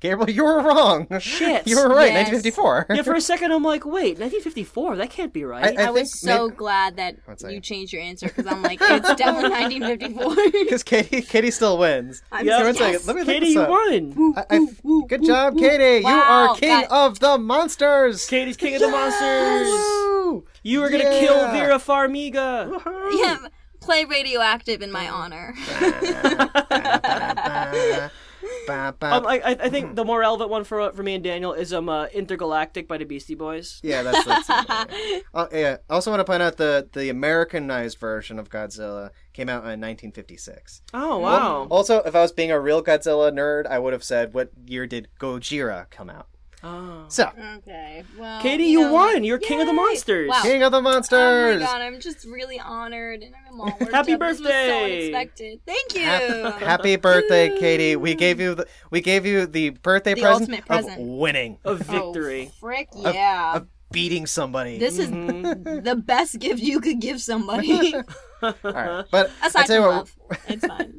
Gabriel, you were wrong. Shit. You were right, Yes. 1954. Yeah. For a second, I'm like, wait, 1954. That can't be right. I I, was think so may- glad that One second. you changed your answer because I'm like it's definitely 1954. Because Katie, Katie still wins. I'm Yeah, so- one second. yes. Let me look Katie, this you up. won. I- I- good job, Katie. You Wow, are king guys. of the monsters. Katie's king of the monsters. Woo! You were gonna kill Yeah. Vera Farmiga. Yeah, play radioactive in my honor. Ba, ba, ba. Um, I, I I think the more relevant one for for me and Daniel is um uh, Intergalactic by the Beastie Boys. yeah, that's, that's oh, yeah. I also want to point out the the Americanized version of Godzilla came out in 1956. Oh wow. Also, if I was being a real Godzilla nerd, I would have said, "What year did Gojira come out?" Oh. So, Okay. Well, Katie, you know, won. You're king of the Yay. monsters. Wow. King of the Oh Monsters. my god, I'm just really honored and I'm all worked Happy up. This was so birthday. unexpected. Thank Hap- you. Happy birthday, Katie. We gave you the we gave you the birthday The present, ultimate of present. winning, Of Oh, victory. frick, yeah. of Mm-hmm. beating somebody. this is the best gift you could give somebody. All Uh-huh. right, but I Aside tell you from what, love. It's fine.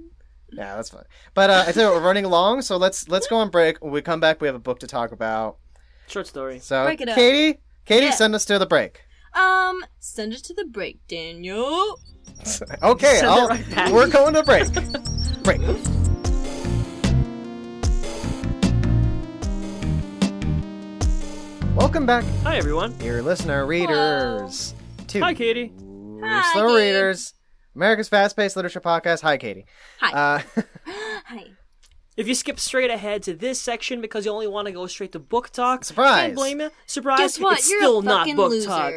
yeah, that's fine. But uh, I tell you what, we're running long, so let's let's go on break. When we come back, we have a book to talk about. Short story. So, Break it up. Katie, Katie, Yeah. send us to the break. Um, send us to the break, Daniel. Okay, Send it I'll, right back. we're going to break. break. Welcome back, Hi everyone. dear listener readers. To Hi Katie. We're Hi, Slow Gabe. Readers, America's Fast Paced Literature Podcast. Hi, Katie. Hi. Uh, Hi. If you skip straight ahead to this section because you only want to go straight to book talk, Surprise. Can't blame you. Surprise. Guess what? It's You're still a not fucking book loser. talk.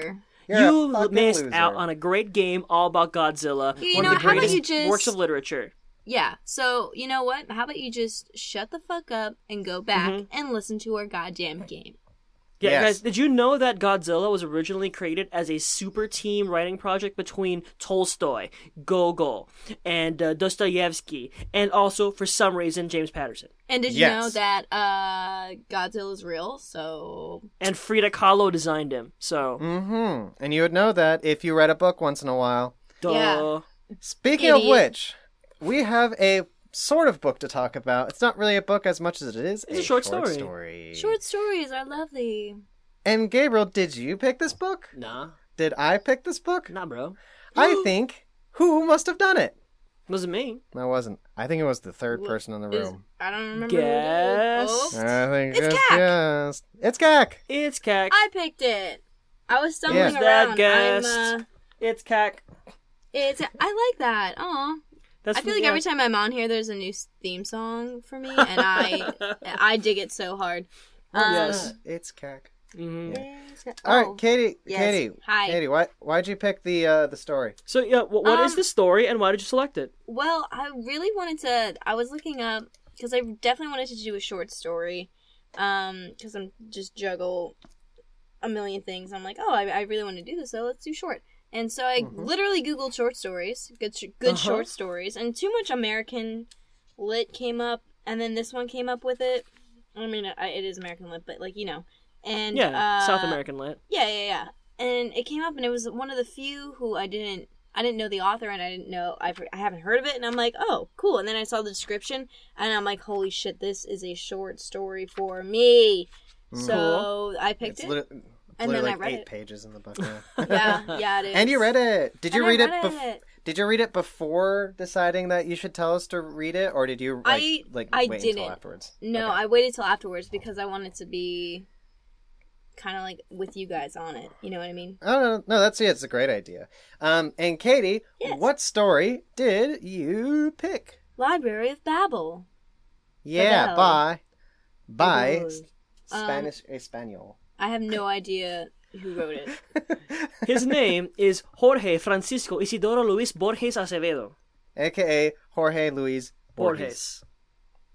You're a you fucking missed loser. out on a great game all about Godzilla, You one know, of the how about greatest you just- works of literature. Yeah. So, you know what? How about you just shut the fuck up and go back Mm-hmm. and listen to our goddamn game? Yeah, Yes. guys, did you know that Godzilla was originally created as a super team writing project between Tolstoy, Gogol, and uh, Dostoevsky, and also, for some reason, James Patterson? And did you Yes. know that uh, Godzilla is real? So And Frida Kahlo designed him, so. hmm And you would know that if you read a book once in a while. Duh. Yeah. Speaking of Idiot. which, we have a sort of book to talk about. It's not really a book as much as it is It's a short story. Short stories are lovely. And Gabriel, did you pick this book? Nah, Did I pick this book? nah, bro. I think who must have done it. Wasn't me. No, it wasn't. I think it was the third person in the Is- room. I don't remember. who did it. Oh, Guess. Oops. I think It's it's Gak. guessed. It's Gak. It's cack. I picked it. I was stumbling Yeah. around. Dad guessed. I'm, uh, It's cack. it's. I like that. Aw. That's I feel like yeah. every time I'm on here, there's a new s- theme song for me, and I I dig it so hard. Um, Yes. It's Gak. Mm-hmm. Mhm. All oh, right, Katie. yes. Katie. Hi. Katie, why why'd you pick the uh, the story? So yeah, wh- what is Um, the story and why did you select it? Well, I really wanted to. I was looking up because I definitely wanted to do a short story. Um, because I'm just juggle a million things. I'm like, oh, I, I really want to do this, so let's do short. And so I Mhm. literally googled short stories, good sh- good Mm-hmm. Uh-huh. short stories, and too much American lit came up, and then this one came up with it. I mean, I, it is American lit, but like you know, and Yeah, South uh, American lit. yeah, yeah, yeah. And it came up, and it was one of the few who I didn't, I didn't know the author, and I didn't know, I've, I haven't heard of it, and I'm like, oh, cool. And then I saw the description, and I'm like, holy shit, this is a short story for me. So I picked Mm. it's it. lit- and literally then I like read eight it. pages in the book. yeah. yeah, yeah, it is. and you read it. Did you read, it? it, bef- Did you read it before deciding that you should tell us to read it, or did you like, I- like I wait didn't. until afterwards? No, Okay. I waited till afterwards because I wanted to be kind of like with you guys on it. You know what I mean? Oh no, no, that's yeah, it's a great idea. Um, and Katie, Yes. what story did you pick? Library of Babel. Yeah, Hello. by by Babel. Um, Spanish Espanol. I have no idea who wrote Oh, it. His name is Jorge Francisco Isidoro Luis Borges Acevedo. aka Jorge Luis Borges. Borges. Or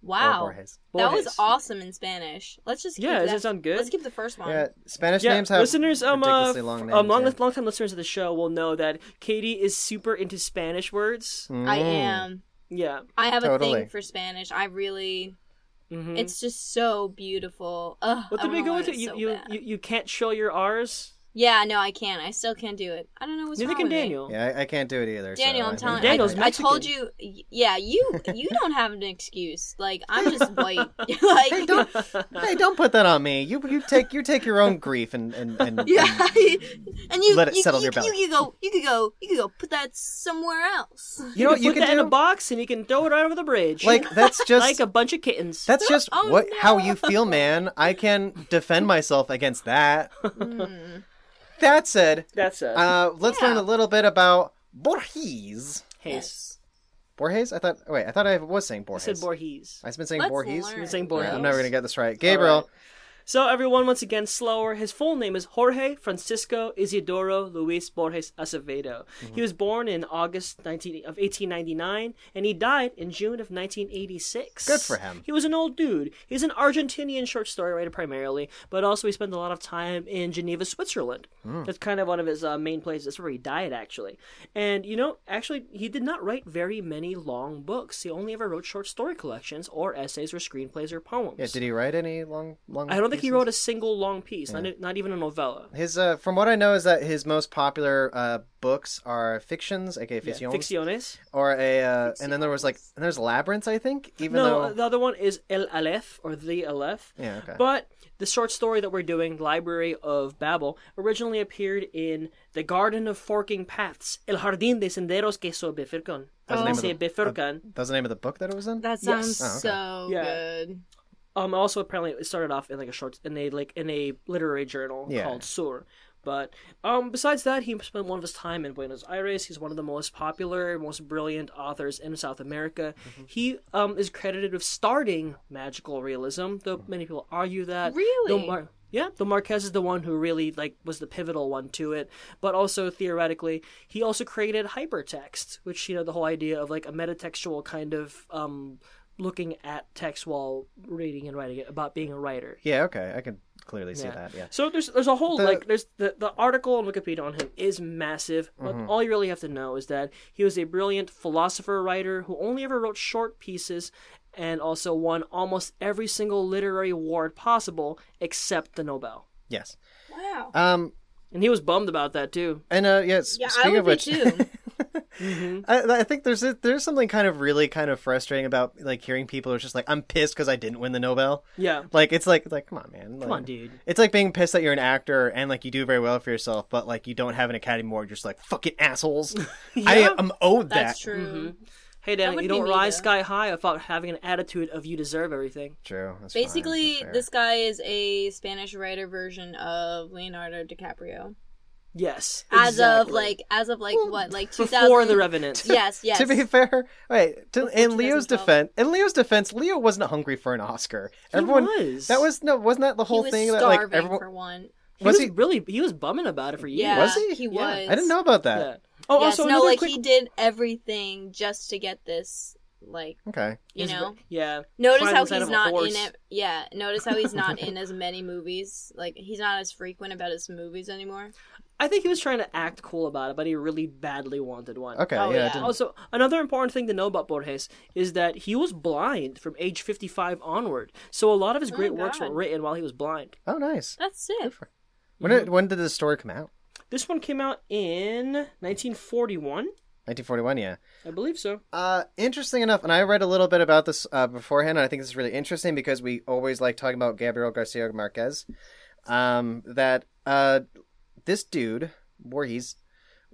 Wow. Borges. That was Borges. awesome in Spanish. Let's just keep Yeah, does that that sound good? Let's keep the first one. Yeah, Spanish Yeah, names have listeners, um, uh, ridiculously long f- names. um, long, yeah. long-time listeners of the show will know that Katie is super into Spanish words. I Mm. am. Yeah, I have a Totally. thing for Spanish. I really. hmm It's just so beautiful. Ugh, what I did we wanna go learn into? it You, so you, bad. you you can't show your R's. Yeah, no, I can't. I still can't do it. I don't know what's Neither wrong can with me. Daniel. Yeah, I, I can't do it either. Daniel, so I'm I telling. think- Daniel's I, I told you. Yeah, you you don't have an excuse. Like I'm just white. like Hey, don't hey, don't put that on me. You you take you take your own grief and and, and, Yeah, and and you Let it you, settle in you, your belly. You could go. You could go. You could go. Put that somewhere else. you know what put you can that in a do? box and you can throw it out over the bridge Like that's just like a bunch of kittens. that's just Oh, what how no. you feel, man. I can defend myself against that. Mm. That said, That's it. uh, let's Yeah. learn a little bit about Borges. Hayes. Borges? I thought. oh, Wait, I thought I was saying I Borges. said Borges. I've been saying Let's Borges. learn. You're saying All right, Borges. I'm never gonna get this right. Gabriel. So everyone, once again, slower. His full name is Jorge Francisco Isidoro Luis Borges Acevedo. He was born in August 19, of 1899, and he died in June of 1986. Good for him. He was an old dude. He's an Argentinian short story writer primarily, but also he spent a lot of time in Geneva, Switzerland. Hmm. That's kind of one of his uh, main places. That's where he died, actually. And you know, actually, he did not write very many long books. He only ever wrote short story collections, or essays, or screenplays, or poems. Yeah, did he write any long long? I don't think he pieces? wrote a single long piece, not, e, not even a novella. His, uh, from what I know, is that his most popular uh, books are fictions, aka Yeah, fictions, Ficciones. or a, uh, and then there was like, and there's labyrinths, I think. Even No, though, uh, the other one is El Aleph or The Aleph. yeah, okay, But the short story that we're doing, Library of Babel, originally appeared in The Garden of Forking Paths, El Jardín de Senderos que se bifurcan. That's the name of Se the- bifurcan. that was the name of the book that it was in. That Yes. sounds Oh, okay. so Yeah. good. Um, also apparently it started off in like a short in a like in a literary journal Yeah. called Sur. But um, besides that, he spent one of his time in Buenos Aires. He's one of the most popular, most brilliant authors in South America. He um, is credited with starting magical realism, though many people argue that. Really? Though Mar- yeah, though Marquez is the one who really like was the pivotal one to it. But also theoretically, he also created hypertext, which you know the whole idea of like a metatextual kind of um, looking at text while reading and writing it about being a writer. Yeah, okay, I can clearly see Yeah. that. Yeah, So there's there's a whole The- like there's the, the article on Wikipedia on him is massive. But all you really have to know is that he was a brilliant philosopher writer who only ever wrote short pieces and also won almost every single literary award possible except the Nobel. yes. Wow. Um, And he was bummed about that too. and uh, yes. Yeah, I speaking would of which, be too. I, I think there's a, there's something kind of really kind of frustrating about like hearing people who are just like I'm pissed because I didn't win the Nobel. Yeah. Like it's like like come on man, come on, dude. It's like being pissed that you're an actor and like you do very well for yourself, but like you don't have an Academy Award. You're just like fucking assholes. I Yeah. am owed That's that. mm-hmm. true. Hey, Dan, would you be don't me, rise though. sky high without having an attitude of you deserve everything. True. That's fine. Basically, That's fair. this guy is a Spanish writer version of Leonardo DiCaprio. Yes. As of exactly. like, as of like what, like 2000? before the Revenant. Yes, yes. To be fair, wait. To, in 2012. Leo's defense, in Leo's defense, Leo wasn't hungry for an Oscar. Everyone was. that was no, wasn't that the he whole was thing that starving like everyone for one. He was was, he? really he was bumming about it for years. Yeah, Was he? He Yeah. was. I didn't know about that. Yeah. Oh, yes, also no, another like quick. he did everything just to get this. Like Okay. you His- know, Yeah. notice Pride how was out of he's a not horse. in it. Yeah, notice how he's not in as many movies. Like he's not as frequent about his movies anymore. I think he was trying to act cool about it, but he really badly wanted one. Okay. Oh, yeah. I yeah. didn't- Also, another important thing to know about Borges is that he was blind from age 55 onward. So a lot of his Oh, great works God. were written while he was blind. Oh, nice. That's sick. When did when did this story come out? This one came out in 1941, 1941. Yeah. I believe so. Uh, interesting enough, and I read a little bit about this uh, beforehand, and I think this is really interesting because we always like talking about Gabriel Garcia Marquez. Um, that uh, this dude Voorhees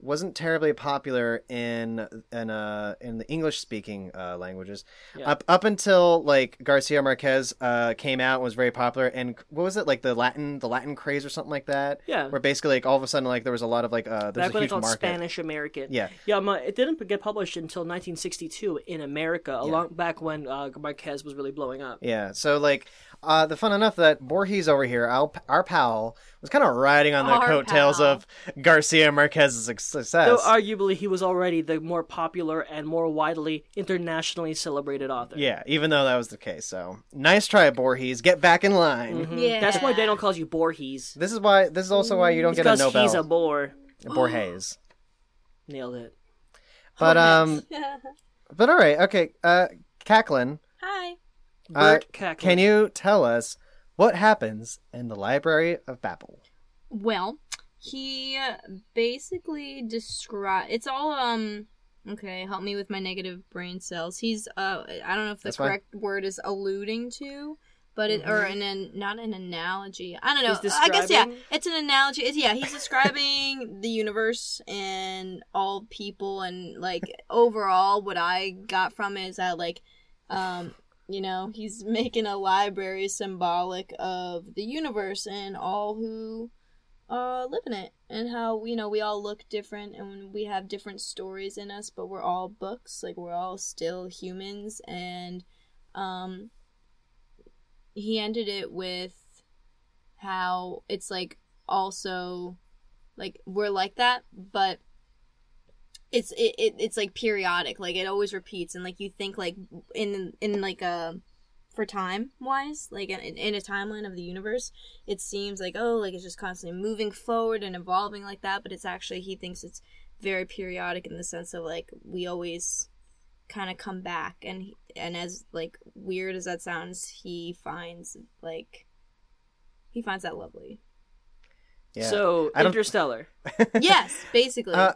wasn't terribly popular in in uh in the English speaking uh, languages Yeah. up up until like Garcia Marquez uh came out and was very popular, and what was it like the Latin the Latin craze or something like that? Yeah. where basically like all of a sudden like there was a lot of like uh there's Back a when they huge called market. Spanish American. Yeah. Yeah, my, it didn't get published until 1962 in America, along back when uh, Marquez was really blowing up. Yeah. So like, uh, the fun enough that Borges over here, our, our pal, was kind of riding on the Our coattails pal. of Garcia Marquez's suc- Though success. arguably he was already the more popular and more widely internationally celebrated author. yeah, even though that was the case. So nice try, Borges. Get back in line. Mm-hmm. Yeah, That's why Daniel calls you Borges. This is why. This is also why you don't get a Because Nobel. uh, he's a bore. Borges. Nailed it. But um. But all right. Okay. Uh, Cacklin, Hi. Uh, Bert Kacklin. can you tell us what happens in the Library of Babel? Well, he basically describe. It's all um. Okay, help me with my negative brain cells. He's uh. I don't know if the That's fine. correct word is alluding to, but it or an, an not an analogy. I don't know. He's I guess yeah, describing- it's an analogy. It's, yeah, he's describing the universe and all people and like overall. What I got from it is that like, um, you know, he's making a library symbolic of the universe and all who uh, live in it, and how you know we all look different and we have different stories in us, but we're all books. Like we're all still humans, and um, he ended it with how it's like also like we're like that, but it's it, it it's like periodic like it always repeats and like you think like in in like a for time wise like in, in a timeline of the universe it seems like oh like it's just constantly moving forward and evolving like that but it's actually he thinks it's very periodic in the sense of like we always kind of come back and he- and as like weird as that sounds he finds like he finds that lovely Yeah. So I don't- Interstellar. yes basically Uh,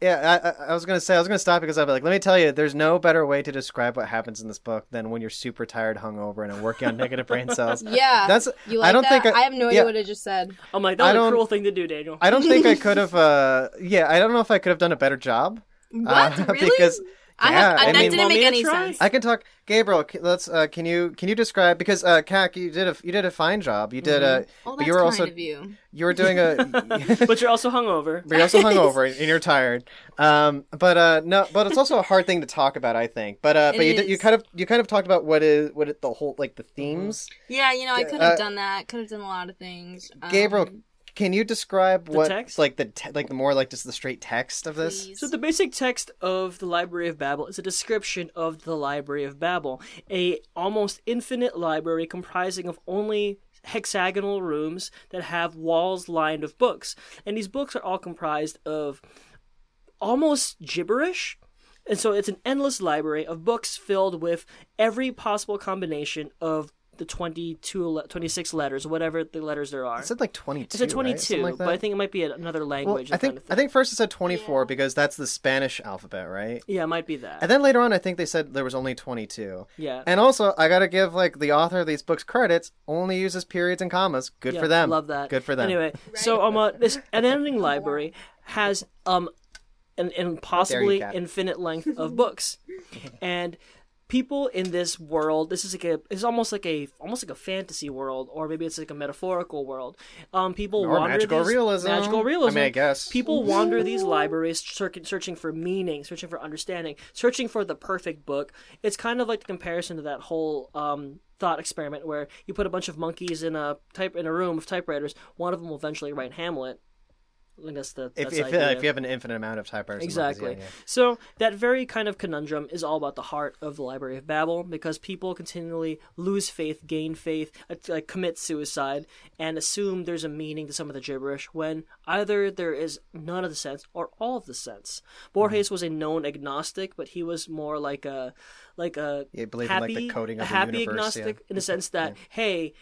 Yeah, I- I, I was gonna say I was gonna stop because I'd be like, let me tell you, there's no better way to describe what happens in this book than when you're super tired, hungover, and are working on negative brain cells. yeah That's you I like don't that? think I, I have no idea yeah. what i just said I'm like, I Oh that was a don't- cruel thing to do, Daniel. I don't think I could have. Uh, yeah, I don't know if I could have done a better job. What? Uh, really? because- I have, yeah, I, I that mean- didn't Want me make to any try? sense. I can talk, Gabriel. c- Let's. Uh, can you can you describe because uh, Kak, you did a you did a fine job. You did a well, but that's you were kind also of you. you were doing a but you're also hungover. But you're also hungover and you're tired. Um, but uh, no, but it's also a hard thing to talk about, I think. But uh, It but you did, is. you kind of you kind of talked about what is what it, the whole like the themes. Yeah, you know, I could Uh, have done that. Could have done a lot of things. Um, Gabriel, can you describe what text? like the te- like the more like just the straight text of this? please. So the basic text of the Library of Babel is a description of the Library of Babel, a almost infinite library comprising of only hexagonal rooms that have walls lined of books, and these books are all comprised of almost gibberish. And so it's an endless library of books filled with every possible combination of the 22, le- 26 letters, whatever the letters there are. It said like twenty two. It's a 22, right? Something like but that? I think it might be another Well, language. I I'm trying think to I think first it said twenty four because that's the Spanish alphabet, right? Yeah, it might be that. And then later on, I think they said there was only twenty two. yeah. And also, I gotta give like the author of these books credits. Only uses periods and commas. Good Yeah, for them. Love that. Good for them. Anyway, so um, uh, this an editing library has um, an, an possibly Kat. infinite length of books, and people in this world, this is like a, it's almost like a, almost like a fantasy world, or maybe it's like a metaphorical world. Um, people Or wander magical these- realism. magical realism. I mean, I guess. People wander these libraries search- searching for meaning, searching for understanding, searching for the perfect book. It's kind of like the comparison to that whole um, thought experiment where you put a bunch of monkeys in a type in a room of typewriters. One of them will eventually write Hamlet. I guess the, if that's if, the idea. if you have an infinite amount of typewriters, and monkeys, yeah, Exactly. yeah. So that very kind of conundrum is all about the heart of the Library of Babel because people continually lose faith, gain faith, uh, like commit suicide, and assume there's a meaning to some of the gibberish when either there is none of the sense or all of the sense. Borges was a known agnostic, but he was more like a like a He believed in, like, happy, the coding a of the happy universe, agnostic yeah. in the sense that hey,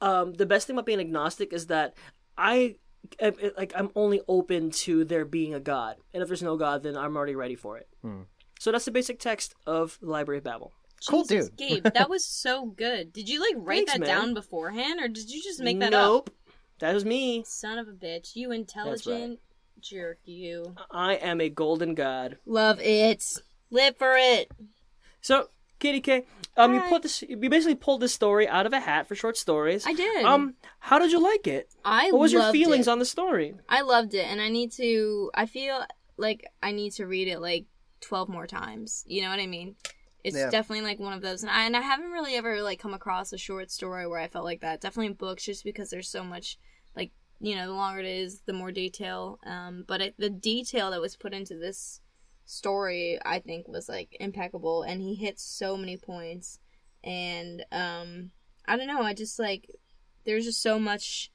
um, the best thing about being agnostic is that I I- like I'm only open to there being a god, and if there's no god, then I'm already ready for it. Hmm. So that's the basic text of the Library of Babel. Cool Jesus, dude. Gabe, that was so good. Did you like write Thanks, that man. down beforehand, or did you just make that up? nope, that was me. Son of a bitch, you intelligent jerk, you. I am a golden god. Love it. Live for it. So Kitty K, um, you pulled this. You basically pulled this story out of a hat for short stories. I did. Um, how did you like it? I What was your loved feelings it. on the story? I loved it, and I need to. I feel like I need to read it like twelve more times. You know what I mean? It's Yeah. definitely like one of those, and I and I haven't really ever like come across a short story where I felt like that. Definitely in books, just because there's so much. Like you know, the longer it is, the more detail. Um, but it, the detail that was put into this story, I think, was like impeccable, and he hit so many points. And um, I don't know. I just like there's just so much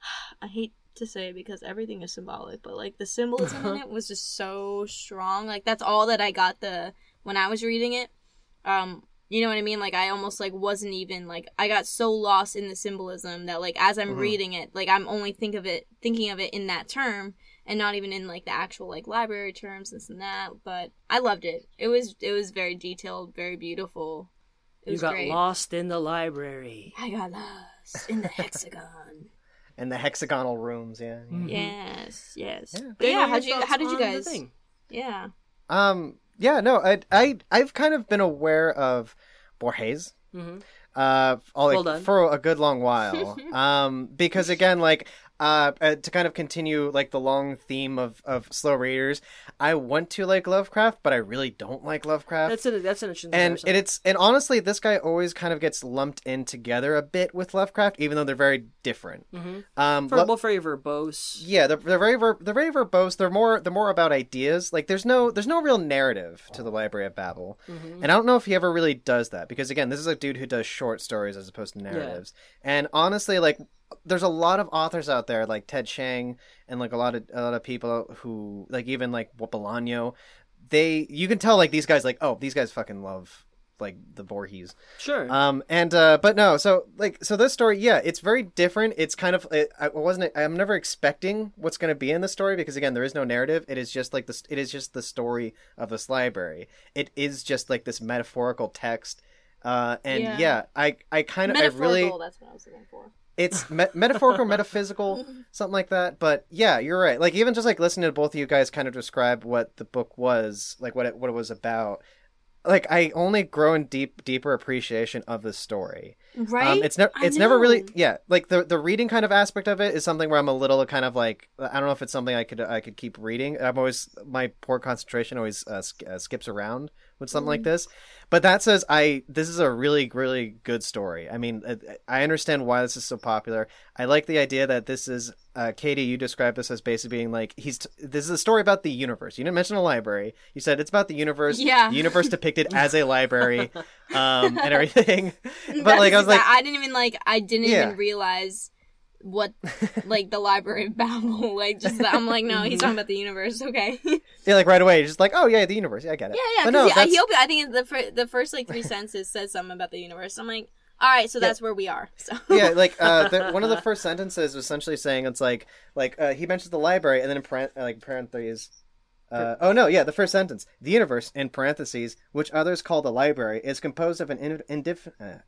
I hate to say it because everything is symbolic, but like the symbolism in it was just so strong. Like that's all that I got the when I was reading it. Um, you know what I mean? Like I almost like wasn't even like I got so lost in the symbolism that like as I'm Mhm. reading it, like I'm only think of it thinking of it in that term and not even in like the actual like library terms this and that. But I loved it. It was it was very detailed, very beautiful. It You was got great. lost in the library. I got lost in the hexagon. And the hexagonal rooms, yeah. yeah. Mm-hmm. Yes, yes. Mm-hmm. Yeah. But Dana, yeah, your how did you thoughts how did you on the guys? thing? Yeah. Um, yeah, no, I, I, I've kind of been aware of Borges. Mhm. Uh, all, like, Well done. for a good long while. um, because again, like, uh, uh, to kind of continue like the long theme of of slow readers, I want to like Lovecraft, but I really don't like Lovecraft. That's an that's an interesting. and comparison. it, it's and honestly, this guy always kind of gets lumped in together a bit with Lovecraft, even though they're very different. Mhm. Um, For, Lo- well, very verbose. yeah, they're, they're very ver- they're very verbose. They're more they're more about ideas. Like there's no there's no real narrative to the Library of Babel, Mm-hmm. and I don't know if he ever really does that because again, this is a dude who does short stories as opposed to narratives. And honestly, like there's a lot of authors out there like Ted Chang and like a lot of a lot of people who like even like Bolaño. They you can tell like these guys like oh these guys fucking love like the Voorhees. Sure. Um, and uh, but no, so like so this story, yeah, it's very different. It's kind of it, I wasn't I'm never expecting what's going to be in the story because again, there is no narrative. It is just like this. It is just the story of this library. It is just like this metaphorical text. Uh, and yeah. Yeah. I I kind of I Metaphorical, really that's what I was looking for. it's me- metaphorical, metaphysical, something like that. But yeah, you're right. Like even just like listening to both of you guys kind of describe what the book was, like what it what it was about. Like I only grow in deep deeper appreciation of the story. Right? Um, it's never I it's never really know. yeah like the the reading kind of aspect of it is something where I'm a little kind of like I don't know if it's something I could I could keep reading. I'm always my poor concentration always uh, sk- uh, skips around with something Mm-hmm. like this. But that says I this is a really really good story. I mean uh, I, I understand why this is so popular. I like the idea that this is uh, Katie. You described this as basically being like he's t- this is a story about the universe. You didn't mention a library. You said it's about the universe. Yeah. the universe depicted as a library um, and everything. But That like is I was like. that- I didn't even like I didn't Yeah. even realize what like the Library of Babel like just that I'm like no Mm-hmm. he's talking about the universe okay yeah Yeah, like right away, just like, oh yeah, the universe. Yeah, I get it. yeah 'cause But no, he, I, that's- he opened, I think the fir- the first like three sentences says something about the universe I'm like All right, so that's where we are. So yeah, like uh, the, one of the first sentences was essentially saying it's like like uh, he mentions the library and then in parent like parentheses. Uh, oh no, yeah, the first sentence. The universe in parentheses, which others call the library, is composed of an in, indif- uh,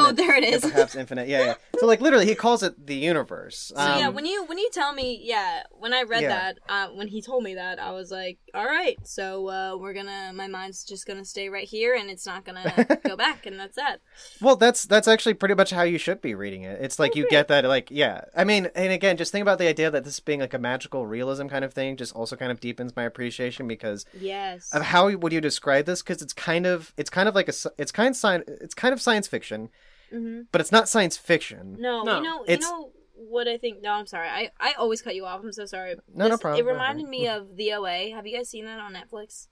Oh, there it and is. Perhaps infinite. Yeah, yeah. So like literally, he calls it the universe. So, yeah, Um, when you when you tell me, yeah, when I read Yeah. that, uh, when he told me that, I was like, all right, so uh, we're gonna, my mind's just gonna stay right here, and it's not gonna go back, and that's that. Well, that's that's actually pretty much how you should be reading it. It's like you get that, like, yeah. I mean, and again, just think about the idea that this being like a magical realism kind of thing, just also kind of deepens my appreciation because Yes. of how would you describe this? Because it's kind of it's kind of like a sci- it's kind of science it's kind of science fiction, hmm but it's not science fiction. No, No, you know, it's- you know what I think. No, I'm sorry. I I always cut you off. I'm so sorry. No, no problem, It no reminded problem. me of the OA. Have you guys seen that on Netflix?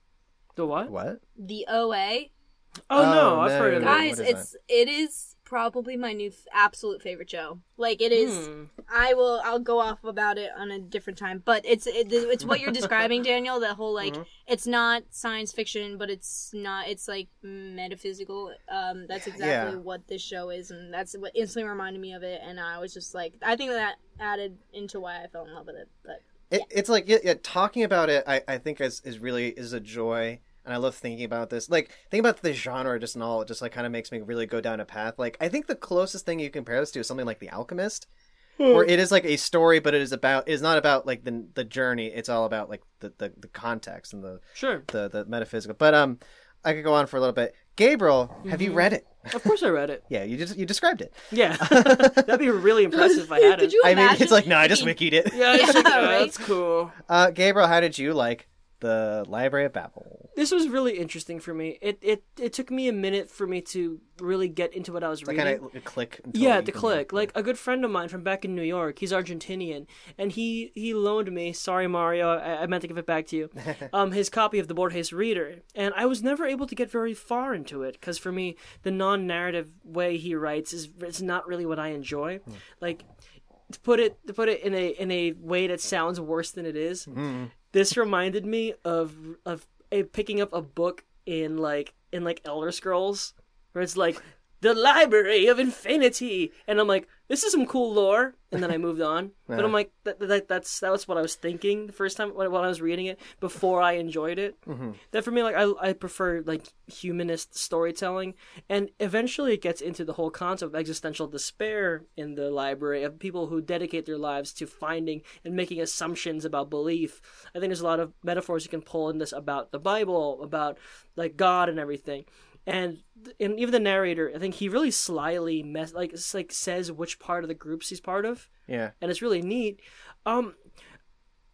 The what? What? The OA. Oh, no, Oh, I've no. heard of Guy- it. guys what is it's it is probably my new f- absolute favorite show like it is Hmm. i will i'll go off about it on a different time but it's it, it's what you're describing daniel the whole Mm-hmm. like it's not science fiction but it's not it's like metaphysical um that's exactly Yeah. what this show is and that's what instantly reminded me of it and i was just like i think that added into why i fell in love with it but It, It's like yeah, yeah, talking about it. I, I think is is really is a joy, and I love thinking about this. Like think about the genre just and all. It just like kind of makes me really go down a path. Like I think the closest thing you compare this to is something like The Alchemist, where it is like a story, but it is about it is not about like the the journey. It's all about like the the, the context and the, Sure. the the metaphysical. But um, I could go on for a little bit. Gabriel, have you read it? Of course I read it. Yeah, you just you described it. Yeah. That'd be really impressive if I had it. could you I imagine mean, it's like no, I just if wikied it. Yeah, it's- Yeah, yeah, right? that's cool. Uh, Gabriel, how did you like the Library of Babel? This was really interesting for me. It it it took me a minute for me to really get into what I was Like reading. kind of click. until yeah, you the can- click. Like a good friend of mine from back in New York. He's Argentinian, and he he loaned me. Sorry, Mario, I, I meant to give it back to you. um, his copy of the Borges Reader, and I was never able to get very far into it because for me, the non-narrative way he writes is it's not really what I enjoy. Like to put it to put it in a in a way that sounds worse than it is, This reminded me of of a, picking up a book in like in like Elder Scrolls, where it's like the Library of Infinity, and I'm like, this is some cool lore, and then I moved on. But I'm like, that, that that's that was what I was thinking the first time when, when I was reading it before I enjoyed it. That for me, like I I prefer like humanist storytelling, and eventually it gets into the whole concept of existential despair in the library of people who dedicate their lives to finding and making assumptions about belief. I think there's a lot of metaphors you can pull in this about the Bible, about like God and everything. And and even the narrator, I think he really slyly mess like s- like says which part of the groups he's part of Yeah. and it's really neat. Um,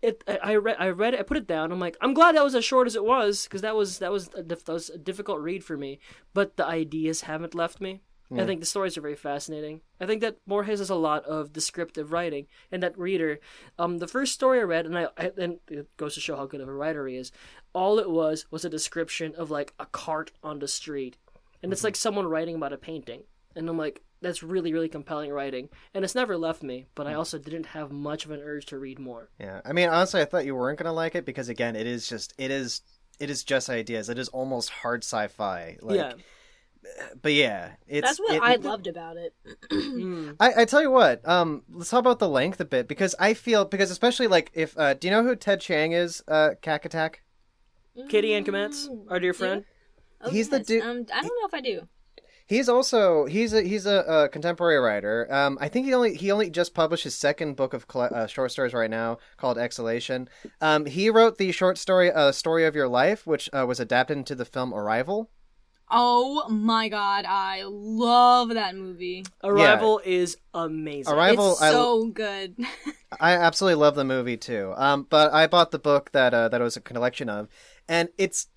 it I, I read I read it I put it down. I'm like I'm glad that was as short as it was because that was that was a dif- that was a difficult read for me. But the ideas haven't left me. I think the stories are very fascinating. I think that Borges has a lot of descriptive writing, and that reader, um, the first story I read, and I, I and it goes to show how good of a writer he is. All it was was a description of like a cart on the street, and it's like someone writing about a painting and i'm like that's really really compelling writing and it's never left me but Hmm. i also didn't have much of an urge to read more Yeah. I mean, honestly, I thought you weren't gonna like it because again, it is just it is it is just ideas. It is almost hard sci-fi. Like, yeah But yeah, it's that's what it- i loved about it Mm. I, I tell you what, um, let's talk about the length a bit because I feel because especially like if uh, do you know who Ted Chiang is? Uh, Cack Attack. katie ann Kometz, our dear friend oh, He's the Mm-hmm. yes. dude- um, i don't know if i do He's also he's a he's a, uh contemporary writer. Um, I think he only he only just published his second book of colle- uh, short stories right now called Exhalation. Um, he wrote the short story uh, "Story of Your Life," which uh, was adapted into the film Arrival. Oh my god, I love that movie. arrival is amazing Arrival, it's I so good. I absolutely love the movie too. Um, but I bought the book that uh, that it was a collection of, and it's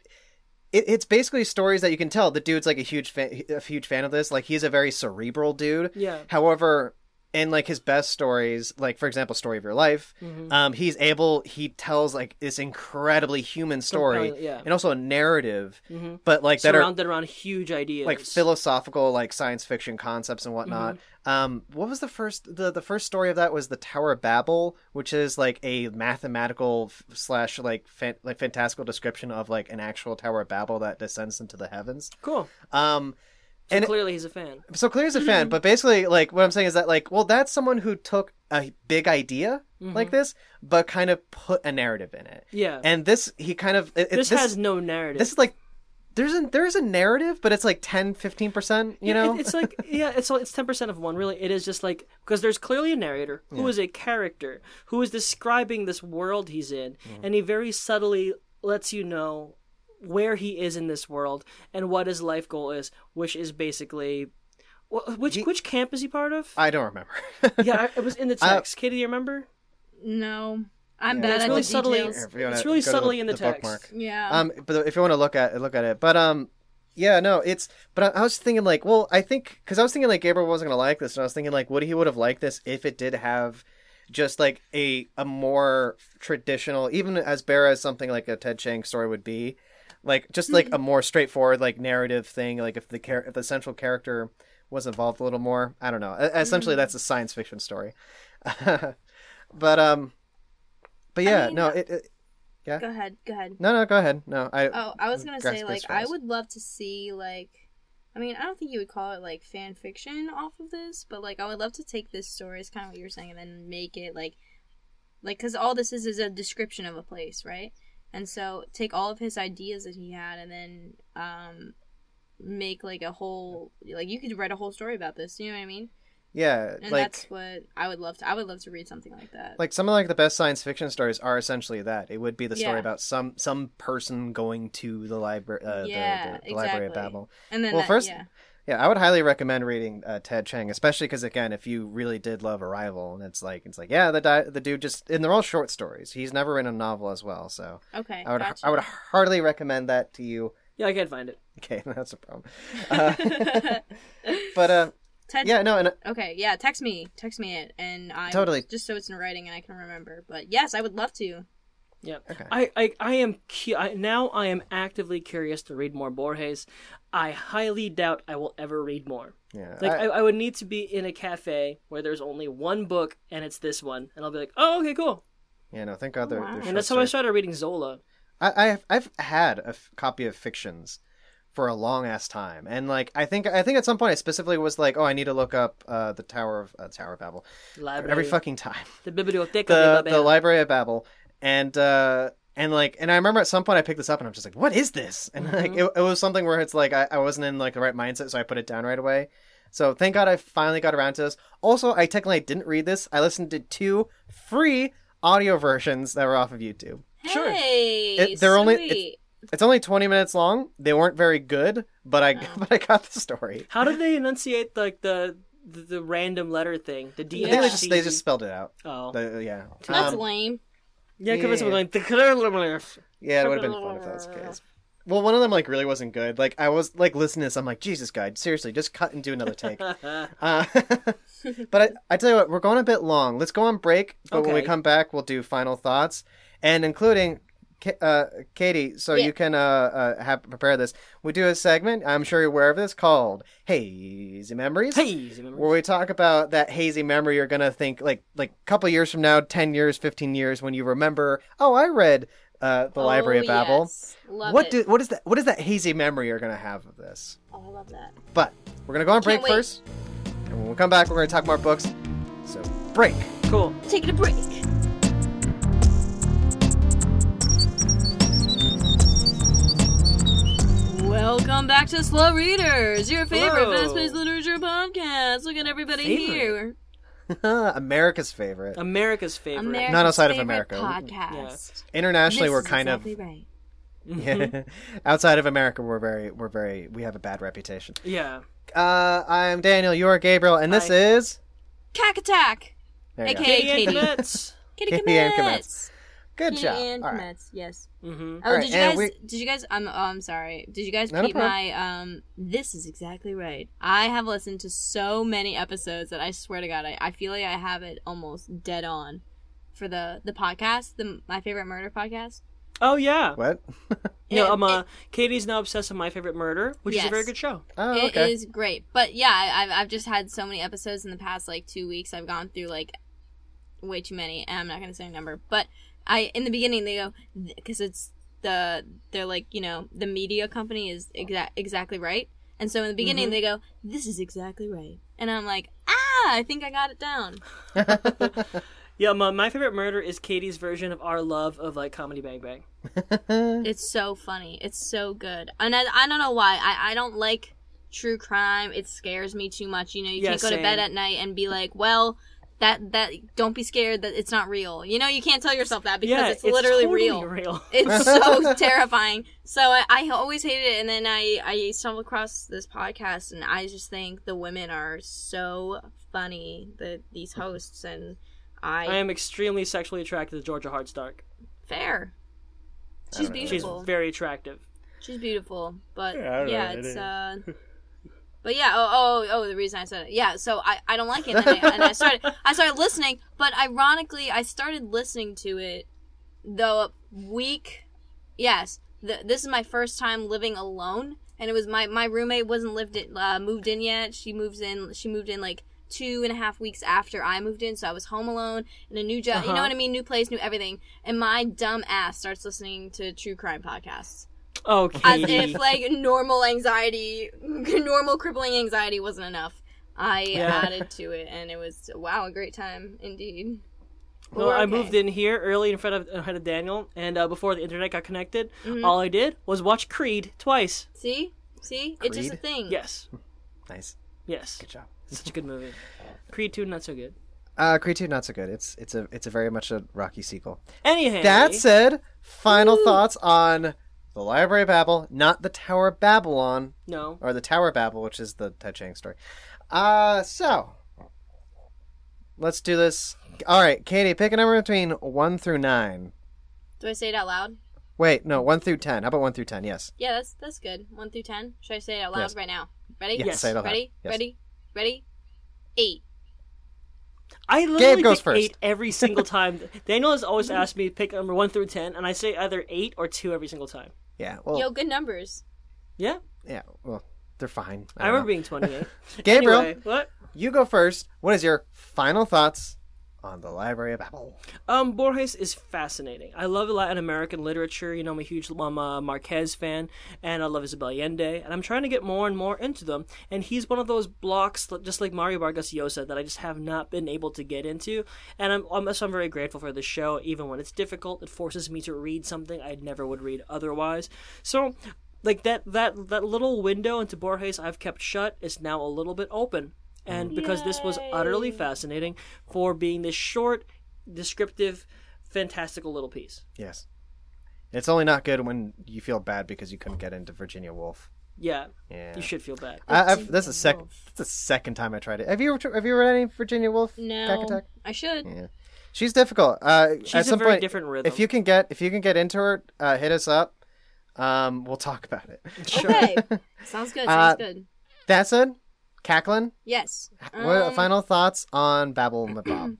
it, it's basically stories that you can tell the dude's like a huge fan, a huge fan of this. Like he's a very cerebral dude. Yeah. However, in like his best stories, like for example, story of your life, Mm-hmm. um, he's able he tells like this incredibly human story, Compelling, yeah. Mm-hmm. and also a narrative, but like that are surrounded around huge ideas like philosophical like science fiction concepts and whatnot um what was the first the the first story of that was the tower of babel which is like a mathematical f- slash like fan, like fantastical description of like an actual tower of babel that descends into the heavens cool um So And it- clearly he's a fan. so clear as a fan, but basically, like what I'm saying is that, like, well, that's someone who took a big idea like this, but kind of put a narrative in it. Yeah. And this, he kind of it, it- this, this has no narrative. this is like there's a there's a narrative, but it's like 10, 15 percent. You Yeah, know, it- it's like yeah, it's all- it's ten percent of one. Really, it is just like because there's clearly a narrator who is a character who is describing this world he's in, Mm-hmm. and he very subtly lets you know where he is in this world and what his life goal is, which is basically. wh- Which which camp is he part of? I don't remember. yeah, I- it was in the text. Katie, do you remember? No, I'm bad It's at really the subtly- details. If you wanna It's really go to subtly in the text. bookmark. Yeah. Um, but if you want to look at look at it, but um, yeah, no, it's. But I, I was thinking like, well, I think because I was thinking like Gabriel wasn't gonna like this, and I was thinking like, would he would have liked this if it did have just like a a more traditional, even as bare as something like a Ted Chang story would be, like just like Mm-hmm. a more straightforward like narrative thing. Like if the char- if the central character was involved a little more, I don't know. E- Essentially, Mm-hmm. that's a science fiction story. but um, but yeah, mean, no, it, it go ahead. Go ahead. no, no, go ahead. No, I. Oh, I was gonna say Grass-based like I fries. would love to see like, I mean I don't think you would call it like fan fiction off of this, but like I would love to take this story as kind of what you were saying and then make it like, like because all this is is a description of a place, right? And so take all of his ideas that he had and then um, make like a whole like you could write a whole story about this. You know what I mean? Yeah, And like that's what I would love to. I would love to read something like that. like some of like the best science fiction stories are essentially that. It would be the story Yeah. about some some person going to the library, uh, the- Yeah, the, the Library of exactly. Babel. and then well, that- first- yeah. Yeah, I would highly recommend reading uh, Ted Chang, especially because again, if you really did love Arrival, and it's like it's like yeah, the di- the dude just and they're all short stories. He's never written a novel as well, so Okay. I would gotcha. I would heartily recommend that to you. Yeah, I can't find it. Okay, that's a problem. Uh, but uh, Ted yeah, no, and Okay, yeah, text me. Text me it and I Totally. just so it's in writing and I can remember. But yes, I would love to. Yeah. Okay. I, I I am cu- I, now I am actively curious to read more Borges. I highly doubt I will ever read more. yeah, Like I- I, I would need to be in a cafe where there's only one book and it's this one, and I'll be like, oh okay, cool. yeah, no, thank God they're, wow. they're And short And that's how I stories. started reading Zola. I, I've I've had a f- copy of Fictions for a long ass time, and like I think I think at some point I specifically was like, oh, I need to look up uh, the Tower of uh, Tower of Babel Library, every fucking time. the biblioteca The de the Babel. Library of Babel, and uh, and like and I remember at some point I picked this up and I'm just like, what is this? And like it, it was something where it's like I, I wasn't in like the right mindset, so I put it down right away. So thank God I finally got around to this. Also, I technically didn't read this. I listened to two free audio versions that were off of YouTube. Sure. Hey, It- they're only- sweet. it's- It's only 20 minutes long. They weren't very good, but I but I got the story. How did they enunciate like the the, the random letter thing? The D. I think Yeah. they just they just spelled it out. Oh. They- yeah. That's Um, lame. yeah, yeah. because it was like the yeah, it would have been fun if that was the case. Well, one of them like really wasn't good. Like I was like listening to this, I'm like, Jesus, God, seriously, just cut and do another take. uh, but I, I tell you what, we're going a bit long. Let's go on break. But when we Okay. come back, we'll do final thoughts and including. Ka- Uh, Katie, so Yeah. you can uh, uh have prepare this. We do a segment. I'm sure you're aware of this called "Hazy Memories." Hey, you remember? where we talk about that hazy memory you're gonna think like like a couple years from now 10 years 15 years when you remember oh i read uh, the library Oh, of babel yes. Love what it. do what is that what is that hazy memory you're gonna have of this Oh, I love that. but we're gonna go on break Can't wait. first and when we come back we're gonna talk more books so break Cool. Taking a break. Welcome back to Slow Readers, your favorite Whoa. fast-paced literature podcast. Look at everybody Favorite? here. america's favorite America's favorite. America's Not outside of favorite America. Podcast. internationally This we're is kind exactly right. of yeah, outside of america we're very we're very we have a bad reputation Yeah. uh i'm daniel you're gabriel and this Hi. is Cack Attack. there you go. AKA Hey, Katie and Katie. Cadets. Kitty Kitty commits. and commits. good Kitty job and All right. commits. Yes. mm-hmm. Oh, All right, did you and guys? we- Did you guys? I'm. Oh, I'm sorry. Did you guys Not a peep problem. my? Um. This is exactly right. I have listened to so many episodes that I swear to God, I, I feel like I have it almost dead on for the the podcast, the my favorite murder podcast. Oh yeah. what No, It- um, uh, Katie's now obsessed with My Favorite Murder, which is Yes. a very good show. Oh, It okay. is great, but yeah, I, I've I've just had so many episodes in the past like two weeks. I've gone through like way too many. And I'm not gonna say a number, but I in the beginning they go because it's the they're like you know the media company is exact exactly right, And so in the beginning, Mm-hmm. they go, "This is exactly right," and I'm like, "Ah, I think I got it down." Yeah, my, my favorite murder is Katie's version of our love of like comedy Bang Bang. It's so funny. It's so good. And I, I don't know why. I, I don't like true crime. It scares me too much. You know, you Yeah, can't go to same. bed at night and be like, well, that that don't be scared that it's not real. You know, you can't tell yourself that because yeah, it's literally totally real. It's so terrifying. So I, I always hated it, and then I I stumbled across this podcast, and I just think the women are so funny. The these hosts and I, I am extremely sexually attracted to Georgia Hardstark. fair. I She's don't know. She's She's beautiful. very attractive. She's beautiful, but Yeah, yeah, I don't know, it it's is. uh. But yeah, oh, oh, oh, the reason I said it, yeah. So I, I don't like it, and, then I, and I started, I started listening. But ironically, I started listening to it the week. Yes, the, this is my first time living alone, and it was my my roommate wasn't lived in, uh, moved in yet. She moves in. She moved in like two and a half weeks after I moved in, so I was home alone in a new job. You know Uh-huh. what I mean? New place, new everything. And my dumb ass starts listening to true crime podcasts Oh, as Katie. if like normal anxiety, normal crippling anxiety wasn't enough. I Yeah. added to it, and it was wow, a great time indeed. But Well, we're I okay. moved in here early in front of ahead of Daniel, and uh, before the internet got connected, Mm-hmm. all I did was watch Creed twice. See, see, it's just a Creed? thing. Yes, Nice. yes, Good job. such a good movie. Creed two, not so good. Uh, Creed 2, not so good. It's it's a it's a very much a rocky sequel. Anyhow, That said, final thoughts on the Library of Babel, not the Tower of Babylon, no. or the Tower of Babel, which is the Ted Chang story. Uh, so let's do this. All right, Katie, pick a number between one through nine. Do I say it out loud? Wait, no, one through ten. How about one through ten? Yes. Yeah, that's that's good. One through ten. Should I say it out loud Yes. right now? Ready? Yes. Yes. Say it out loud. Ready? Yes. Ready? Ready? Eight. I literally goes pick first. eight every single time. Daniel has always asked me to pick number one through ten, and I say either eight or two every single time. Yeah. Well. Yo, good numbers. Yeah, Yeah. Well, they're fine. I, don't remember know. being twenty-eight. Gabriel, Anyway, what? you go first. What is your final thoughts on the Library of Babel? Um, Borges is fascinating. I love Latin American literature. You know, I'm a huge I'm a Marquez fan, and I love Isabel Allende, and I'm trying to get more and more into them. And he's one of those blocks, l- just like Mario Vargas Llosa, that I just have not been able to get into. And I'm, I'm so I'm very grateful for the show, even when it's difficult. It forces me to read something I never would read otherwise. So like that that that little window into Borges I've kept shut is now a little bit open. And because this was utterly fascinating for being this short, descriptive, fantastical little piece. Yes. It's only not good when you feel bad because you couldn't get into Virginia Woolf. Yeah, Yeah. you should feel bad. I, I've, that's the second. That's the second time I tried it. Have you ever tr- have you read any Virginia Woolf? Crack No, Attack? I should. She's difficult. Uh, at She's a some very point, different rhythm. if you can get if you can get into her, uh, hit us up. Um, we'll talk about it. sure. Okay, sounds good. Sounds Uh, good. That said, Cacklin, Yes. what Um, final thoughts on Babel Mabob?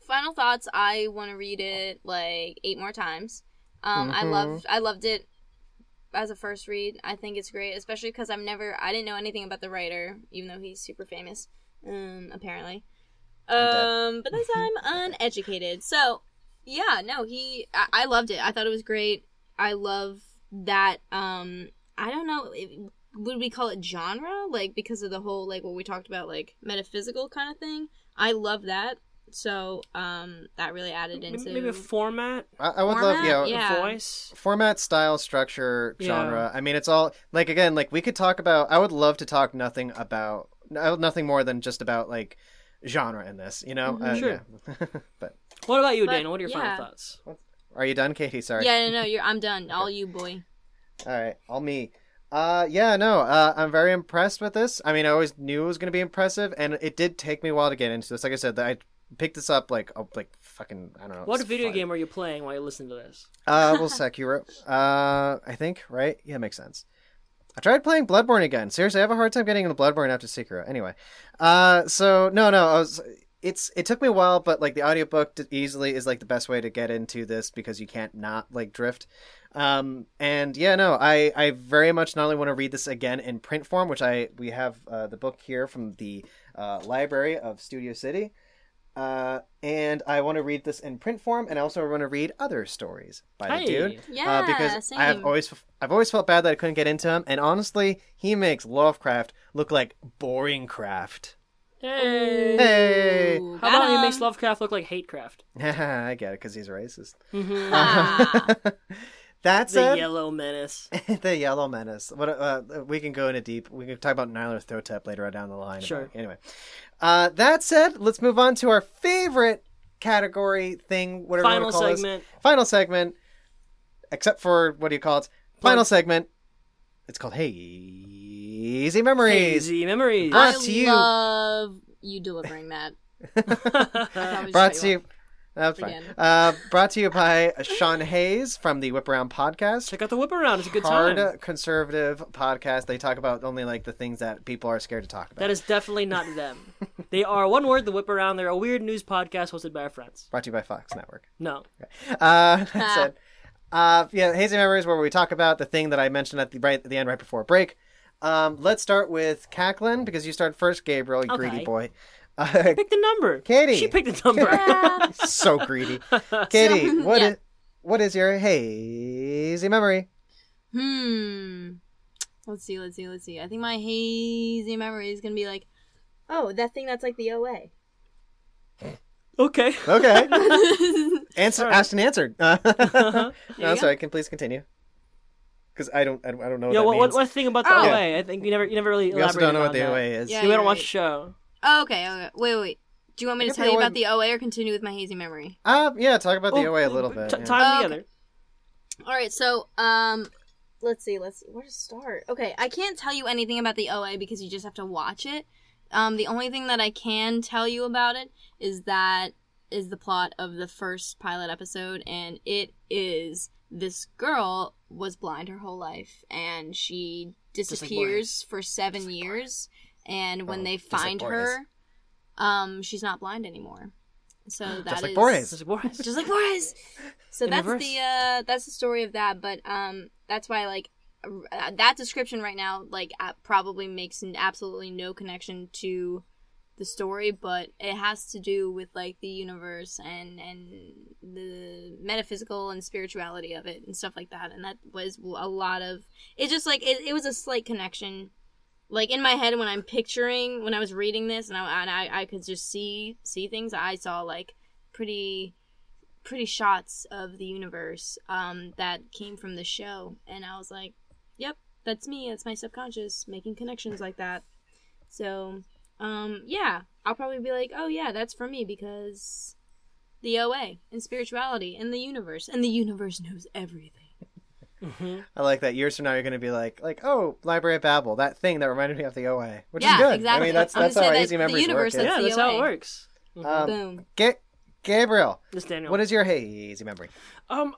final thoughts i want to read it like eight more times um, i Mhm. loved i loved it as a first read i think it's great especially because i've never i didn't know anything about the writer even though he's super famous um, apparently dead. um, but that's i'm uneducated so yeah no he I, I loved it i thought it was great i love that um i don't know it, would we call it genre like because of the whole like what we talked about like metaphysical kind of thing i love that so um that really added M- into Maybe a format, I, I would love Format? you know, Yeah. voice. format, style, structure, Yeah. genre. I mean, it's all like again, like we could talk about. I would love to talk nothing about no- nothing more than just about like genre in this. You know, Mhm. Uh, Mm-hmm, Sure. yeah. but What about you, But, Daniel? What are your yeah. final thoughts? are you done, Katie? Sorry. Uh, yeah no no you're i'm done all you boy All right, all me. Uh, yeah, no, uh, I'm very impressed with this. I mean, I always knew it was going to be impressive, and it did take me a while to get into this. Like I said, I picked this up like oh, like fucking I don't know. What it's video fun. game are you playing while you listen to this? Uh, well, Sekiro. Uh, I think right. Yeah, makes sense. I tried playing Bloodborne again. Seriously, I have a hard time getting into Bloodborne after Sekiro. Anyway, uh, so no, no, I was. It's it took me a while, but like the audiobook d- easily is like the best way to get into this because you can't not like drift. Um, and yeah, no, I I very much not only want to read this again in print form, which I we have uh, the book here from the uh, library of Studio City. Uh, and I want to read this in print form, and I also want to read other stories by the Hey. dude. Yeah, uh, because same. I've always I've always felt bad that I couldn't get into him, and honestly, he makes Lovecraft look like boring craft. Hey. Hey, Ooh, How about got he makes him. Lovecraft look like Hatecraft? I get it because he's racist. Mm-hmm. Ah. Uh, That's The it. Yellow Menace. the Yellow Menace. What uh, we can go into deep. We can talk about Nylar Thotep later on down the line. Sure. Anyway, uh, that said, let's move on to our favorite category thing. Whatever you Final want to call this. segment. Final segment. Except for what do you call it? Final segment. It's called Hazy Memories. Hazy memories. Brought I to you. love you delivering that. I thought we just Brought cut to you. That's fine. Again. Uh, brought to you by Sean Hayes from the Whip Around Podcast. Check out the whip around. It's a good hard time. conservative podcast. They talk about only like the things that people are scared to talk about. That is definitely not them. they are one word. The whip around. They're a weird news podcast hosted by our friends. Brought to you by Fox Network. No, Uh, that said, uh, yeah, hazy memories where we talk about the thing that I mentioned at the right at the end, right before break. Um, let's start with Cacklin because you started first, Gabriel, you greedy Okay. boy. Uh, pick the number. Katie. She picked the number. Yeah. so greedy, Katie. So, What yeah. is- what is your hazy memory? Hmm. Let's see, let's see, let's see. I think my hazy memory is gonna be like, oh, that thing that's like the OA. okay. Okay, There answer. Sorry. Asked and answered. Uh, Uh-huh. you no, go. sorry. Can please continue? Because I don't, I don't I don't know. What yeah. that What, what means. what thing about the Oh. OA? I think you never you never really We also don't elaborated know what on the that. OA is. Yeah. we don't you're watch the right. show. Oh, okay, okay. Wait, wait, wait. Do you want me to Maybe tell you I about would- the OA or continue with my hazy memory? Uh, yeah, talk about the Oh, OA a little bit. T- yeah. Tie Oh, them together. All right, so um, let's see, let's see, where to start. Okay, I can't tell you anything about the OA because you just have to watch it. Um, the only thing that I can tell you about it is that is the plot of the first pilot episode, and it is this girl was blind her whole life, and she disappears for seven years, and when Oh, they just like find Borges. her, um, she's not blind anymore. So that is Just like Borges. This is Boris. just like Boris. So In that's reverse. the uh, that's the story of that. But um, that's why like uh, that description right now like uh, probably makes n- absolutely no connection to the story, but it has to do with like the universe and and the metaphysical and spirituality of it and stuff like that. And that was a lot of it. Just like it, it was a slight connection. Like in my head, when I'm picturing, when I was reading this, and I, and I, I could just see see things. I saw like pretty pretty shots of the universe um, that came from the show, and I was like, "Yep, that's me. That's my subconscious making connections like that." So, um, yeah, I'll probably be like, "Oh yeah, that's for me because the OA and spirituality and the universe, and the universe knows everything." Mhm. I like that. Years from now, you're going to be like, like, oh, Library of Babel, that thing that reminded me of the OA, which Yeah, is good. I exactly. mean, that's I'm that's gonna how say our that easy the memories universe, work. that's Yeah, the that's how it OA. works. Mhm. yeah. Um, Boom. Ga- Gabriel, This Daniel. what is your hazy memory? Um,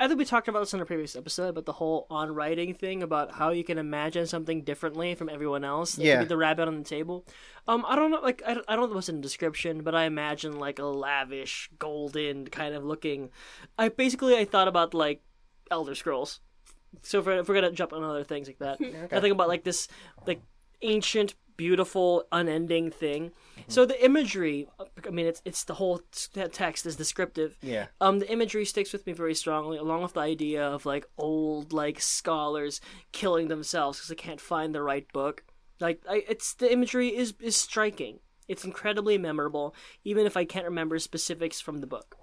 I think we talked about this in a previous episode, but the whole on writing thing about how you can imagine something differently from everyone else. Like, Yeah. be the rabbit on the table. Um, I don't know, like I don't, I don't know what's in the description, but I imagine like a lavish, golden kind of looking. I basically I thought about like Elder Scrolls. So if, we're- if we're gonna jump on other things like that, I think about like this like ancient, beautiful, unending thing. So the imagery, I mean, it's it's the whole t- text is descriptive Yeah, um the imagery sticks with me very strongly along with the idea of like old like scholars killing themselves because they can't find the right book like I, it's the imagery is is striking it's incredibly memorable even if i can't remember specifics from the book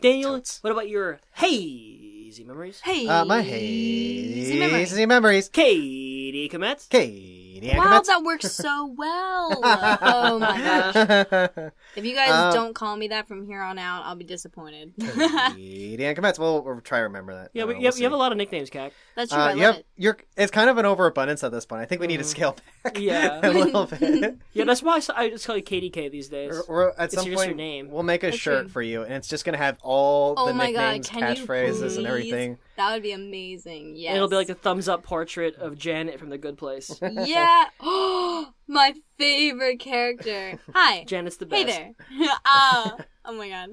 daniel Totes. what about your hazy memories Hey, uh, my hazy memory. hazy memories. katie Komet. Katie, Wow, that works so well. oh my gosh. gosh. If you guys Um, don't call me that from here on out, I'll be disappointed. Katie and Kometz. We'll, we'll try to remember that. yeah, Uh, but we'll you, have, see. you have a lot of nicknames, Cac. That's true. I Uh, love you have, it. you're, it's kind of an overabundance at this point. I think we need to Mhm. scale back Yeah. a little bit. Yeah, that's why I, s- I just call you Katie K these days. Or, or at It's some just point, your name. we'll make a That's shirt true. for you, and it's just gonna have all Oh the my God, nicknames, can you catchphrases, and please? everything. That would be amazing. Yes. And it'll be like the thumbs up portrait of Janet from The Good Place. yeah. my favorite character. Hi. Janet's the best. Hey there. Ah. oh my god.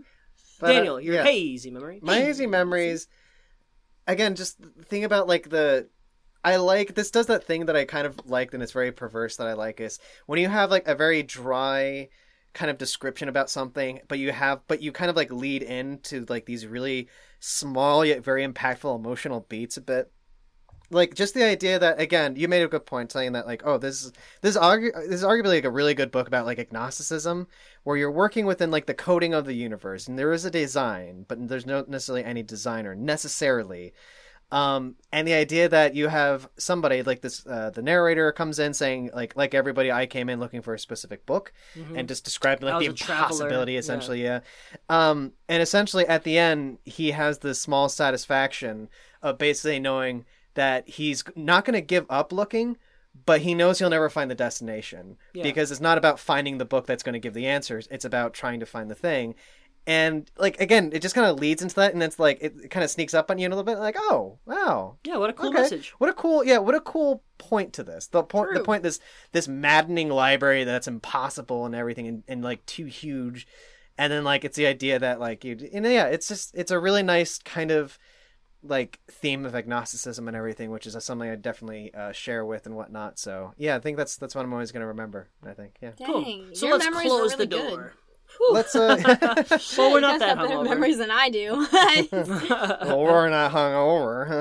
But, uh, Daniel, your yeah. hazy memory. my hazy memories. Again, just the thing about like the. I like this does that thing that I kind of liked, and it's very perverse that I like is when you have like a very dry kind of description about something, but you have but you kind of like lead into like these really small yet very impactful emotional beats a bit like just the idea that again you made a good point saying that like oh this is this is, argu- this is arguably like a really good book about like agnosticism where you're working within like the coding of the universe and there is a design but there's no necessarily any designer necessarily um and the idea that you have somebody like this uh, the narrator comes in saying like like everybody i came in looking for a specific book Mm-hmm. and just describing I like was the a traveler, impossibility yeah. essentially yeah. um and essentially at the end he has this small satisfaction of basically knowing that he's not going to give up looking but he knows he'll never find the destination Yeah. because it's not about finding the book that's going to give the answers it's about trying to find the thing and like again it just kind of leads into that and it's like it, kind of sneaks up on you in a little bit like oh wow Yeah, what a cool okay. message. What a cool yeah, what a cool point to this. The point the True. point this this maddening library that's impossible and everything and, and like too huge. And then like it's the idea that like you and yeah, it's just it's a really nice kind of like theme of agnosticism and everything, which is something I definitely uh, share with and whatnot. So yeah, I think that's that's what I'm always gonna remember. I think yeah. Cool. Dang, So your let's memories are close the really good. door. Let's uh, Well, we're You not guys that got better hungover. memories than I do. well, we're not Mm-hmm.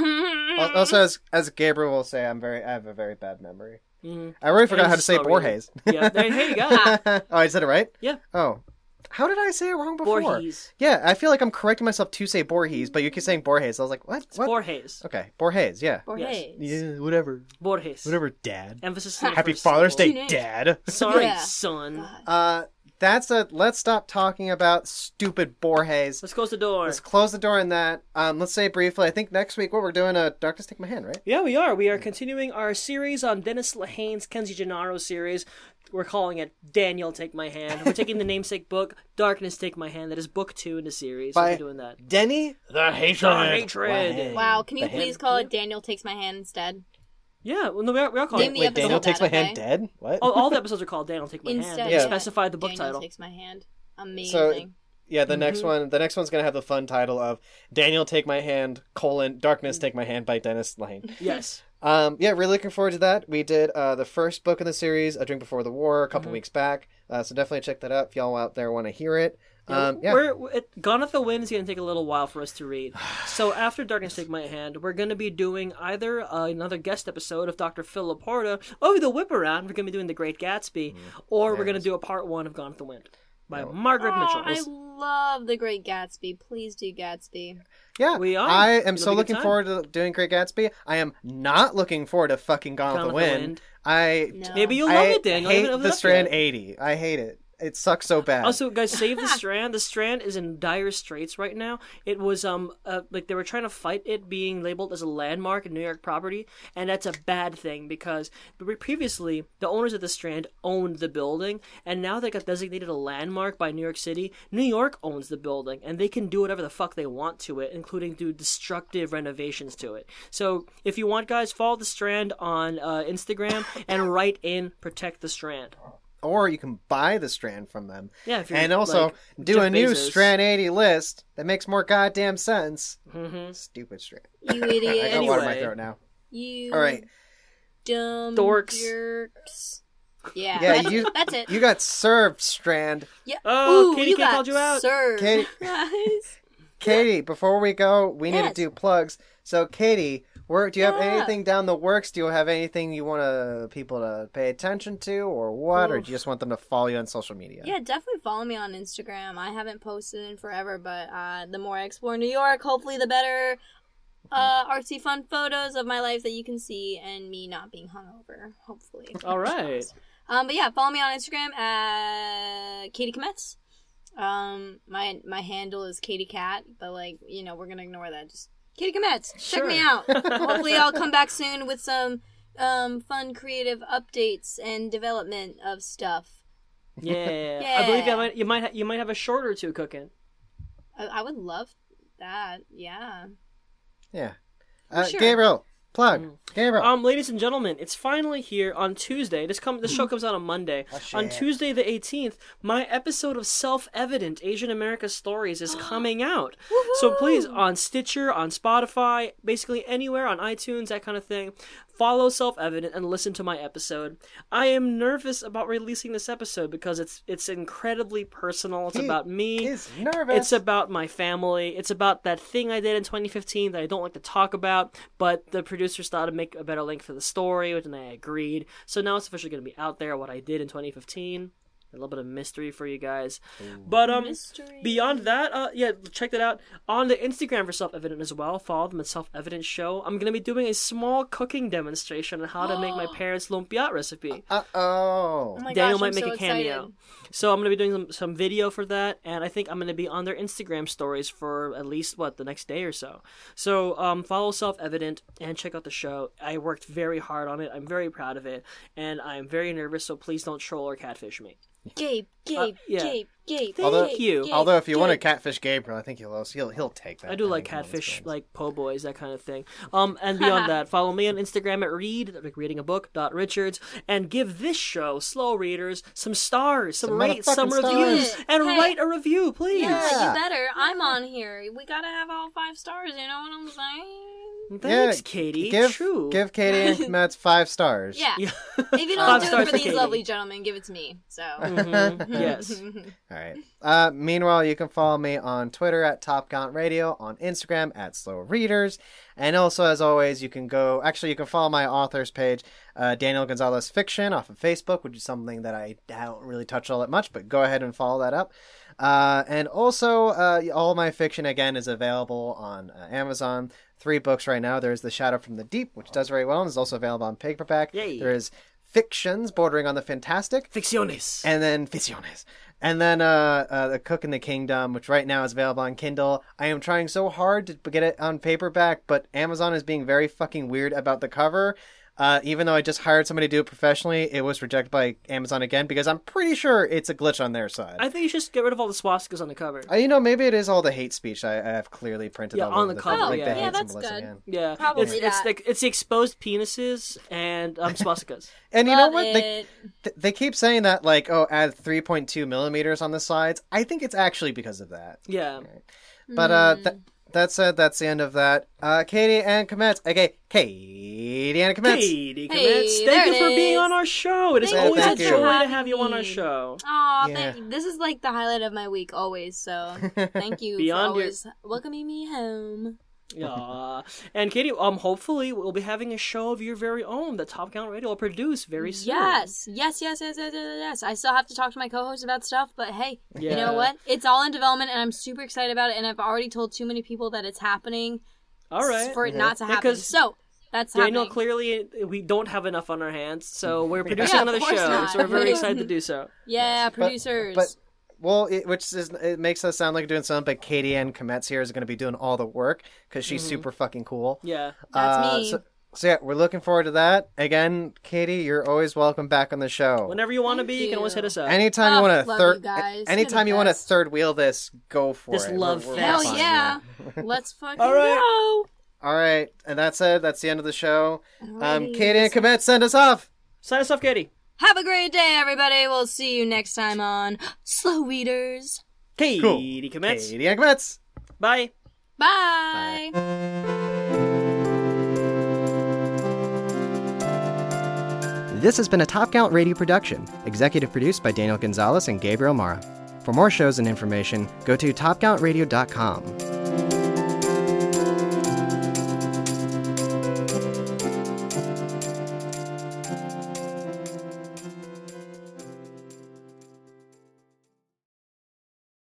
hungover. Al- also, as as Gabriel will say, I'm very I have a very bad memory. Mhm. I already forgot it's how to say slow reading. Borges. yeah, there, there you go. oh, I said it right? Yeah. Oh. How did I say it wrong before? Borges. Yeah, I feel like I'm correcting myself to say Borges, but you keep saying Borges. I was like, what? It's what? Uh, Borges. okay, Borges, yeah. Borges. Yeah, whatever. Borges. Whatever, Dad. Emphasis on the Happy first Father's syllable. Day, Teenage. Dad. Sorry, Yeah. son. Uh, that's a. Let's stop talking about stupid Borges. Let's close the door. Let's close the door on that. Um, let's say briefly. I think next week what we're doing, uh, Darkness Take My Hand, right? Yeah, we are. We are continuing our series on Dennis Lehane's Kenzie Gennaro series. We're calling it Daniel Take My Hand. We're taking the namesake book, Darkness Take My Hand, that is book two in the series. By- We're doing that. Denny the hatred. The hatred. Wow, can you The hand- please call it Daniel Takes My Hand instead? Yeah, well, no, we are, we are calling Wait, Name it. the episode wait, Daniel takes my that, hand okay? eh? dead? What? All, all the episodes are called Daniel Take My Instead, Hand. of Yeah. Yeah. Specify the book Daniel title. Takes My Hand. Amazing. Yeah, the Mm-hmm. next one. The next one's gonna have the fun title of "Daniel Take My Hand: colon Darkness Take My Hand" by Dennis Lane. Yes. Um, yeah, really looking forward to that. We did uh, the first book in the series, "A Drink Before the War," a couple Mm-hmm. weeks back. Uh, so definitely check that out if y'all out there want to hear it. Um, yeah, We're, we're- it, Gone with the Wind is going to take a little while for us to read. So after Darkness Take My Hand, we're going to be doing either uh, another guest episode of Dr. Phil Laporta, oh, the whip around, we're going to be doing The Great Gatsby, Mm-hmm. or we're going to do a part one of Gone with the Wind by Margaret Oh, I Mitchell. love The Great Gatsby. Please do Gatsby. yeah. we are. I am It'll so be a good looking time. forward to doing Great Gatsby. I am not looking forward to fucking Gone, with the Wind. I No. Maybe you'll I love it, Daniel. hate Even if the it's up Strand yet. eighty. I hate it. It sucks so bad. Also, guys, save the Strand. The Strand is in dire straits right now. It was um uh, like they were trying to fight it being labeled as a landmark in New York property, and that's a bad thing because pre- previously the owners of the Strand owned the building, and now they got designated a landmark by New York City. New York owns the building, and they can do whatever the fuck they want to it, including do destructive renovations to it. So if you want, guys, follow the Strand on uh, Instagram and write in "Protect the Strand." or you can buy the strand from them. Yeah, if you're, and also like, do Jeff a new Bezos. strand 80 list that makes more goddamn sense. mm-hmm. Stupid strand. You I got idiot. water in my Anyway. throat now. you All right, dumb Dorks. jerks. Yeah, Yeah, that's, you- that's it. you got served, Strand. yeah. Oh, Ooh, Katie you Katie got called you out. served, Katie- guys. Katie, before we go, we need to Yes. do plugs. So, Katie, where, do you have Yeah. anything down the works? Do you have anything you want to, people to pay attention to, or what? Or do you just want them to follow you on social media? Yeah, definitely follow me on Instagram. I haven't posted in forever, but uh, the more I explore New York, hopefully the better uh, artsy fun photos of my life that you can see and me not being hungover, hopefully. All right. Um, but yeah, follow me on Instagram at Katie Kometz. Um, my my handle is Katie Cat, but like you know we're gonna ignore that. Just Katie Kometz, check me Sure. out. Hopefully, I'll come back soon with some um fun creative updates and development of stuff. Yeah. Yeah. I believe you might you might ha- you might have a short or two cooking. I, I would love that. Yeah. Yeah. Uh, Sure. Mm. Gabriel, plug. Gabriel. Um, ladies and gentlemen, it's finally here on Tuesday. This come the show comes out on Monday. on Tuesday the eighteenth, my episode of Self Evident Asian America Stories is coming out. so please on Stitcher, on Spotify, basically anywhere on iTunes, that kind of thing. follow Self Evident and listen to my episode. I am nervous about releasing this episode because it's it's incredibly personal. It's He about me. He's nervous. It's about my family. It's about that thing I did in 2015 that I don't like to talk about, but the producers thought to make a better link for the story, and I agreed. So now it's officially going to be out there what I did in 2015. A little bit of mystery for you guys, but um, Mystery. beyond that, uh, yeah, check that out on the Instagram for Self Evident as well. Follow them at Self Evident Show. I'm gonna be doing a small cooking demonstration on how to make my parents' lumpia recipe. Uh oh. Oh my Daniel gosh, might I'm make so a cameo. excited. So I'm gonna be doing some, some video for that, and I think I'm gonna be on their Instagram stories for at least what the next day or so. So um, follow Self Evident and check out the show. I worked very hard on it. I'm very proud of it, and I'm very nervous. So please don't troll or catfish me. Gabe, Gabe, Uh, yeah. Gabe, Gabe. Although- Gabe, you. Gabe, Although if you want to Gabe. catfish Gabriel, I think he'll also, he'll he'll take that. I do like think that's catfish, fine. like po' boys, that kind of thing. Um, and beyond that, follow me on Instagram at read, like reading a book, dot Richards, and give this show, Slow Readers, some stars, some, Some rates, some motherfucking reviews, stars. and Hey. write a review, please. Yeah, Yeah. you better. I'm on here. We gotta have all five stars. You know what I'm saying? Thanks, Yeah, Katie. Give True. give Katie and Matt's five stars. Yeah. Yeah. If you Five don't do it stars for for these Katie. lovely gentlemen, give it to me. So. Mhm, yes. All right. Uh, meanwhile, you can follow me on Twitter at Top Gaunt Radio, on Instagram at Slow Readers, and also, as always, you can go. Actually, you can follow my author's page, uh, Daniel Gonzalez Fiction, off of Facebook, which is something that I don't really touch all that much, but go ahead and follow that up. Uh, and also, uh, all my fiction again is available on uh, Amazon. Three books right now. There's The Shadow from the Deep, which does very well, and is also available on paperback. Yay. There is Fictions bordering on the fantastic Ficciones. and then Visiones, and then uh, uh, the Cook in the Kingdom, which right now is available on Kindle. I am trying so hard to get it on paperback, but Amazon is being very fucking weird about the cover. Uh, even though I just hired somebody to do it professionally, it was rejected by Amazon again because I'm pretty sure it's a glitch on their side. I think you should just get rid of all the swastikas on the cover. Uh, you know, maybe it is all the hate speech I, I have clearly printed Yeah, all on over the cover, like the yeah. Yeah, hate Oh, that's symbolism, good. yeah. yeah, Probably it's, it's that. the it's the exposed penises and um, swastikas. And you Love know what? They, It. th- they keep saying that like, oh, add 3.2 millimeters on the sides. I think it's actually because of that. Yeah, But uh, Hmm. Mm. th- that said, that's the end of that. Uh, Katie and Komet, okay, Katie and Komet. Katie, Hey, Kometz, there thank you it for being is. on our show. It is Thank always you a for joy to having have you on me. our show. Aw, Yeah. thank- this is like the highlight of my week always. So thank you for Beyond your- always welcoming me home. Yeah, and Katie, um, hopefully we'll be having a show of your very own that Top Count Radio will produce very soon. Yes, yes, yes, yes, yes, yes, yes. I still have to talk to my co-host about stuff, but hey, you Yeah. know what? It's all in development, and I'm super excited about it. And I've already told too many people that it's happening All right. for it not to happen. Because so that's Daniel, happening. clearly we don't have enough on our hands, so Mm-hmm. we're producing Yeah, of another show. course not. So we're very excited to do so. yeah, But- producers. But, well, it, which is it makes us sound like we're doing something, but Katie and Kometz here is going to be doing all the work because she's super fucking cool. Yeah. Mm-hmm. That's Uh, me. So, so yeah, we're looking forward to that. Again, Katie, you're always welcome back on the show. Whenever you want to be, you. can always hit us up. anytime you Oh, want to love you third, guys. You're anytime the you want to best. third wheel this, go for This it. love Hell fest. fine, yeah. Let's fucking All right. go. All right, and that's it. That's the end of the show. Um, Alrighty. Katie and Komet, send us off. Sign us off, Katie. Have a great day, everybody. We'll see you next time on Slow Readers. Katie Cool. commits. Katie and Kometz. Bye. Bye. This has been a Top Count Radio production, executive produced by Daniel Gonzalez and Gabriel Mara. For more shows and information, go to topcountradio.com.